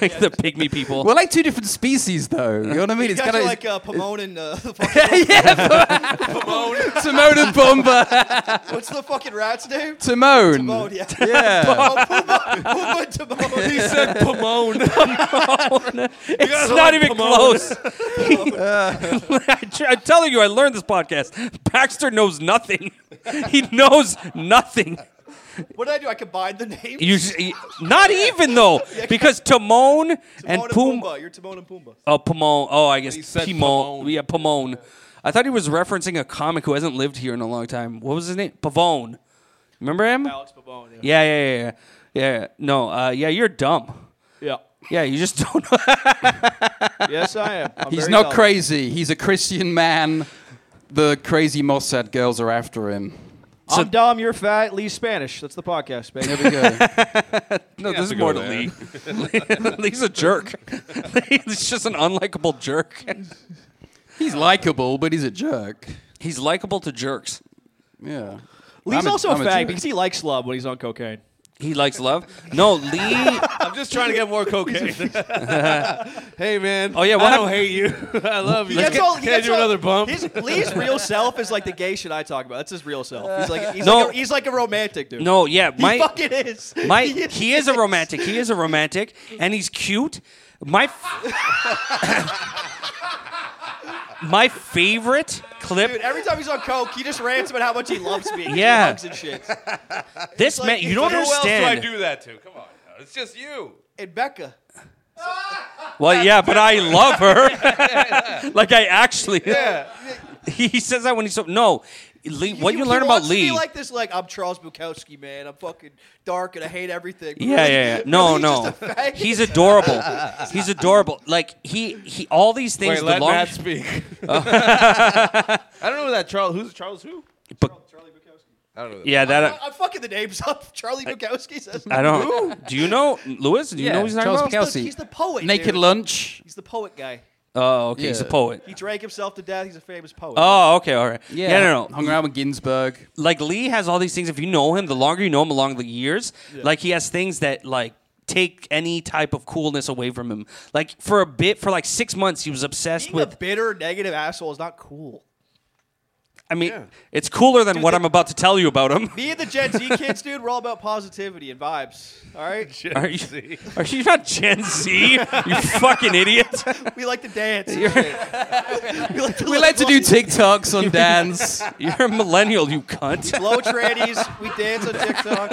like the pygmy people.
We're like two different species, though. You know what I mean?
It's kind
kinda-
of like uh, Pomone and uh,
yeah, Pomone, Timon and Pumbaa.
What's the fucking rat's name?
Timon.
Timon, yeah.
Yeah.
Oh, Pumbaa. Pumbaa and Timon.
He said
Pomone.
guys
it's
are
not
like
even
Pomone.
close. I, am telling you, I learned this podcast. Baxter knows nothing. He knows nothing.
What did I do? I combined the names.
You, s- y- not even though, because Timon and Pum.
Pumbaa. You're Timon and Pumbaa.
Oh, Pomone. Oh, I guess
said
Pimon. Yeah, Pomone. I thought he was referencing a comic who hasn't lived here in a long time. What was his name? Pavone. Remember him?
Alex Pavone.
Yeah, yeah, yeah, yeah. Yeah, No, uh, yeah, you're dumb.
Yeah.
Yeah, you just don't.
yes, I am. I'm
He's
very
not
dumb.
crazy. He's a Christian man. The crazy Mossad girls are after him.
I'm Dom. You're fat. Lee's Spanish. That's the podcast, baby.
There we go.
No,
You
this
have
is
to
more to
go
Lee.
there.
Lee's a jerk. He's just an unlikable jerk.
He's likable, but he's a jerk.
He's likable to jerks.
Yeah.
Lee's
I'm a-
also a
I'm a
fag
jerk.
because he likes love when he's on cocaine.
He likes love. No, Lee. I'm
just trying to get more cocaine.
hey,
man.
Oh
I
yeah, what
don't
hap-
hate you. I love you.
He gets all- he
Can I
gets
do
all-
another bump?
His, Lee's real self is like the gay shit I talk about. That's his real self. He's like he's,
No.
like, a, he's like a romantic dude.
No, yeah, my
he fucking is.
My
He is.
he is a romantic. He is a romantic, and he's cute. My f- my favorite clip.
Dude, every time he's on coke, he just rants about how much he loves me.
Yeah.
he hugs and shit.
This
It's
man,
like-
you
it's
don't
like, who else do I
understand.
do that to? Come on, now. it's just you.
And Becca.
Well, yeah, but I love her. like I actually.
Yeah.
He, he says that when he's so no. Lee, what
He-
you
he
learn about
wants to be
Lee?
like this, like I'm Charles Bukowski, man. I'm fucking dark and I hate everything.
Yeah,
Really?
yeah, yeah. No,
Really,
no.
just a fag?
He's adorable. He's adorable. Like he, he. All these things.
Wait,
the
let
long-
Matt speak.
Oh.
I don't know who that Charles. Who's Charles? Who? I don't know.
yeah, that. uh,
I, am fucking the names up. Charlie Bukowski says.
I
Who?
don't. Do you know Louis? Do you
Yeah,
know what he's talking
Charles
about?
Bukowski.
He's the poet.
Naked
dude.
lunch.
He's the poet guy.
Oh, okay. He's a poet.
He drank himself to death. He's a famous poet.
Oh, okay, all right. Yeah, no, no.
Hung around with Ginsburg.
Like Lee has all these things. If you know him, the longer you know him along the years, like he has things that like take any type of coolness away from him. Like for a bit, for like six months, he was obsessed
Being
with.
a bitter, negative asshole is not cool.
I mean, it's cooler than what I'm about to tell you about him.
Me and the Gen Z kids, dude, we're all about positivity and vibes. All right.
Are you, are you not Gen Z? You fucking idiot.
we like to dance.
You're-
we like to,
We like to do TikToks on dance.
You're a millennial, you cunt.
Blow trannies. We dance on TikTok.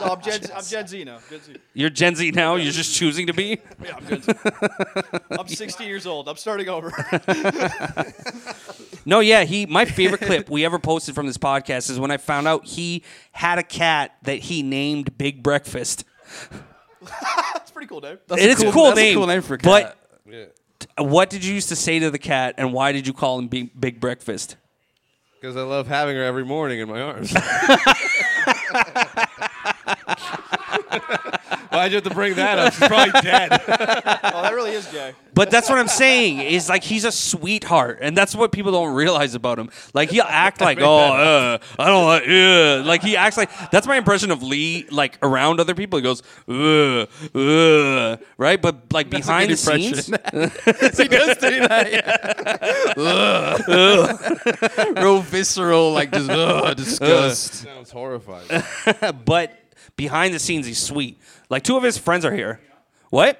No, I'm Gen, I'm Gen Z now. Gen Z.
You're Gen Z now. You're just choosing to be.
Yeah, I'm Gen Z. I'm 60 years old. I'm starting over.
No, yeah, he. My favorite clip we ever posted from this podcast is when I found out he had a cat that he named Big Breakfast.
It's pretty cool, dude.
It is a cool name. But
Yeah.
t- what did you used to say to the cat, and why did you call him Big, Big Breakfast?
Because I love having her every morning in my arms. Why'd you have to bring that up? She's probably dead.
Oh, that really is gay.
But that's what I'm saying is like he's a sweetheart, and that's what people don't realize about him. Like he'll act like, oh, uh, I don't like, uh. like he acts like that's my impression of Lee. Like around other people, he goes, uh, uh, right? But like
That's a
behind the
good
scenes,
impression. He does do that, yeah. Ugh. Real visceral, like, just, ugh, disgust.
Sounds horrifying.
but behind the scenes, he's sweet. Like two of his friends are here. What?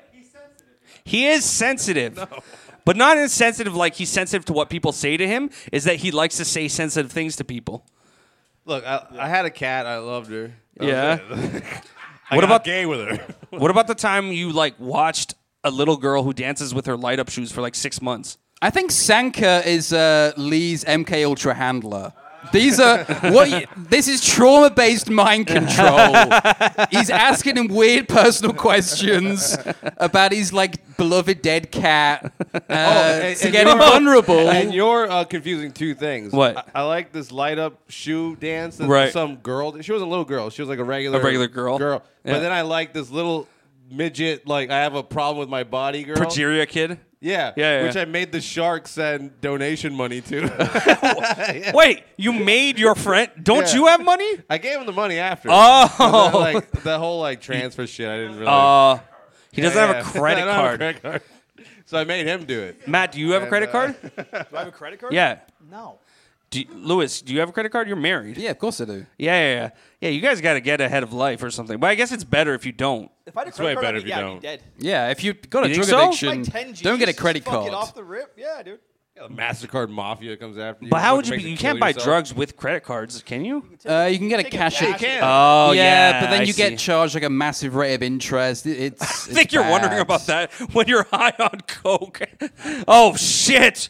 He is sensitive. But not insensitive like he's sensitive to what people say to him, is that he likes to say sensitive things to people.
Look, I, I had a cat. I loved her. That was
Yeah.
it. I
what
got
about
gay with her?
what about the time you like watched a little girl who dances with her light up shoes for like six months?
I think Sanka is uh, Lee's MK Ultra handler. These are what y- this is trauma based mind control. He's asking him weird personal questions about his like beloved dead cat. Uh, to get him
you're-
vulnerable.
And you're uh, confusing two things.
Oh. What?
I, I like this light up shoe dance that
Right.
some girl did. She was a little girl. She was like a regular
A regular girl.
Girl.
Yeah.
But then I like this little midget, like, I have a problem with my body girl.
Progeria kid.
Yeah.
Yeah, yeah,
Which
yeah.
I made the shark send donation money to.
Wait, you made your friend? Don't
Yeah.
you have money?
I gave him the money after.
Oh.
But then, like the whole like transfer shit. I didn't really.
Uh, he doesn't have a
I
credit
don't have a
card.
credit card. So I made him do it.
Matt, do you have a
And,
credit
uh,
card?
Do I have a credit card?
Yeah.
No.
Do you, Lewis, do you have a credit card? You're married.
Yeah, of course I do.
Yeah, yeah, yeah. Yeah, you guys got to get ahead of life or something. But I guess it's better if you don't.
If I had a
It's
credit
way
card,
better
I'd
if
be,
you
yeah, I'd be
don't.
dead.
Yeah, if you got a
You
drug
think so?
addiction,
Like 10 G's
don't get a
is
credit
fucking
card.
off the rip. Yeah, dude.
Mastercard mafia comes after you.
But how would
Fucking
you?
makes
Be, you
kill
can't buy
yourself.
drugs with credit cards, can you?
Uh, you can get a cash.
Yeah,
it.
you can. Oh, yeah,
but then
I
you
see.
get charged like a massive rate of interest. It- It's.
I think you're wondering about that when you're high on coke. oh shit!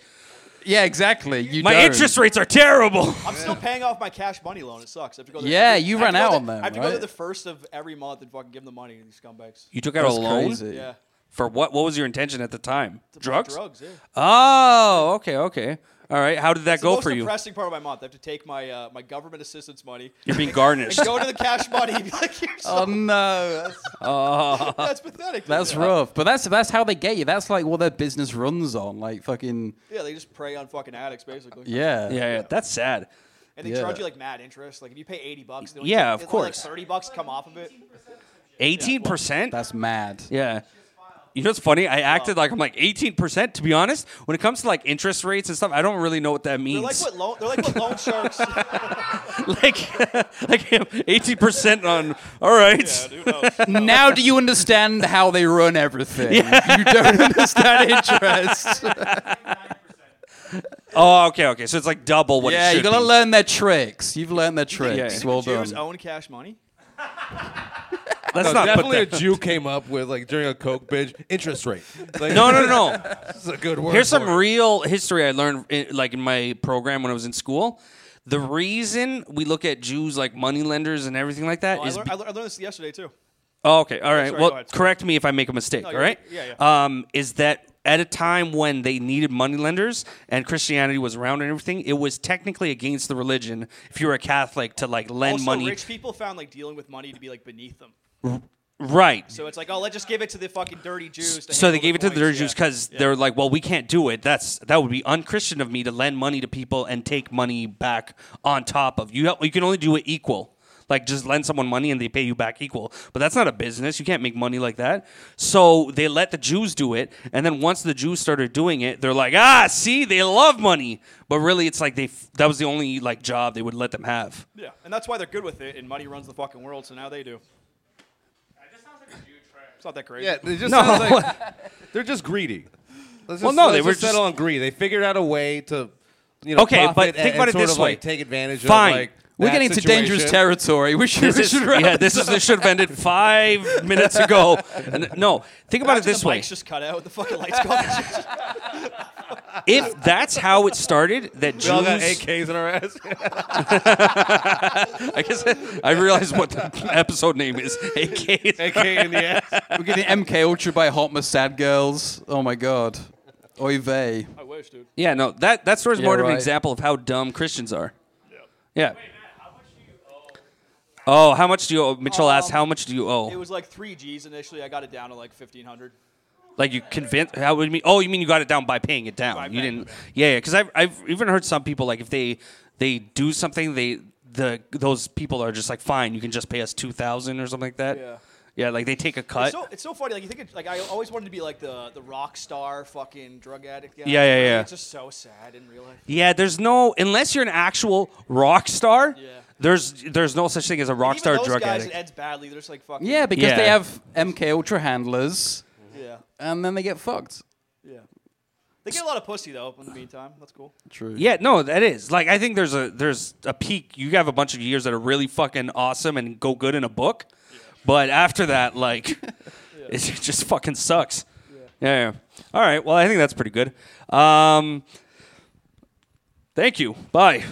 Yeah, exactly. You
My
don't.
interest rates are terrible.
I'm still paying off my cash money loan. It sucks. I have to go there
Yeah,
every-
you
I have
ran
to go
out
there-
on them,
I have to
right?
go to the first of every month and fucking give them the money. These scumbags.
You took out
That's
a loan
crazy.
Yeah.
for what? What was your intention at the time? Drugs.
drugs, yeah.
Oh, okay, okay. All right. How did that
It's
go
the
for
most
you?
depressing part of my month. I have to take my uh, my government assistance money.
You're being
and-
garnished.
And go to the cash money. And be like, here's
Oh
some-
no.
Oh.
That's pathetic.
That's
Yeah.
rough, but that's that's how they get you. That's like what their business runs on, like fucking
Yeah, they just prey on fucking addicts, basically.
yeah.
yeah, yeah, that's sad.
And they
Yeah.
charge you like mad interest. Like if you pay eighty bucks, they only
Yeah,
take-
of
they only,
course.
Like Thirty bucks come off of it.
Eighteen percent.
That's mad.
Yeah. You know what's funny? I acted like I'm like 18%. To be honest, when it comes to like interest rates and stuff, I don't really know what that
They're like
means.
what loan? They're like what loan sharks.
like, like him, 18% on. All right.
Now do you understand how they run everything? You don't understand interest.
Oh, okay, okay. So it's like double what.
yeah,
it
you
should
gotta
be.
learn their tricks. You've learned their
yeah.
tricks. Well
Jews
done.
own cash money.
Let's
No,
not put
definitely
that.
a Jew came up with like during a coke binge interest rate. Like,
No, no, no, no.
This is a good word.
Here's
for
some
it.
real history I learned, in, like in my program when I was in school. The reason we look at Jews like moneylenders and everything like that
Oh,
is.
I, lear-
be-
I lear- I learned this yesterday too.
Oh, okay. All right.
sorry,
well,
go ahead, sorry.
correct me if I make a mistake.
No,
all
you're
right.
good. Yeah, yeah.
Um, is that at a time when they needed moneylenders and Christianity was around and everything, it was technically against the religion if you were a Catholic to like lend
also,
money.
rich people found like dealing with money to be like beneath them.
Right.
So it's like, oh, let's just give it to the fucking dirty Jews. To
So they
handle
gave it to the
points.
dirty
Yeah.
Jews because
Yeah.
they're like, well, we can't do it. That's that would be unchristian of me to lend money to people and take money back on top of you. You can only do it equal. Like just lend someone money and they pay you back equal. But that's not a business. You can't make money like that. So they let the Jews do it, and then once the Jews started doing it, they're like, ah, see, they love money. But really, it's like they f- that was the only like job they would let them have.
Yeah, and that's why they're good with it. And money runs the fucking world, so now they do. It's not that crazy.
Yeah, they just
no.
sounds like they're just greedy. Let's
Well,
just-
no,
let's
they were
just settle
just-
on greed. They figured out a way to, you know,
okay, but
profit
think
and- and
about it
sort
this
of,
way.
like, take advantage
Fine.
of like.
We're
that
getting
into dangerous
situation.
territory. We should-
This
we
is-
should wrap
yeah, this is this should have ended five minutes ago. And- no, think about it
Imagine
this
the
way:
lights just cut out. The fucking lights go out.
if that's how it started, that Jews.
We all got AKs in our ass.
I guess I realized what the episode name is. AK.
We're getting MK Ultra by Hot Mossad Girls. Oh my god. Oy vey.
I wish, dude.
Yeah, no, that that story is
Yeah,
more of an
right.
example of how dumb Christians are. Yeah. Oh, how much do you owe? Mitchell asked, how much do you
It
owe?
was like three G's initially. I got it down to like fifteen hundred.
Like you convinced? How would you mean? Oh, you mean you got it down by paying it down? you didn't? Yeah, yeah. Because I've I've even heard some people like if they they do something they the those people are just like fine you can just pay us two thousand or something like that.
Yeah.
Yeah, like they take a cut.
It's so, it's so funny. Like you think, it, like I always wanted to be like the the rock star, fucking drug addict guy.
Yeah, yeah,
Like,
yeah.
It's just so sad in real life.
Yeah, there's no unless you're an actual rock star. There's there's no such thing as a rock
Even
star
those
drug
guys
addict.
That ends badly. They're just like fucking.
Yeah, because they
Yeah.
have MK Ultra handlers.
Yeah.
And then they get fucked.
Yeah. They get a lot of pussy though. In the meantime, that's cool.
True.
Yeah, no, that is like I think there's a there's a peak. You have a bunch of years that are really fucking awesome and go good in a book, but after that, like, it's it just fucking sucks. Yeah. yeah. All right. Well, I think that's pretty good. Um, thank you. Bye.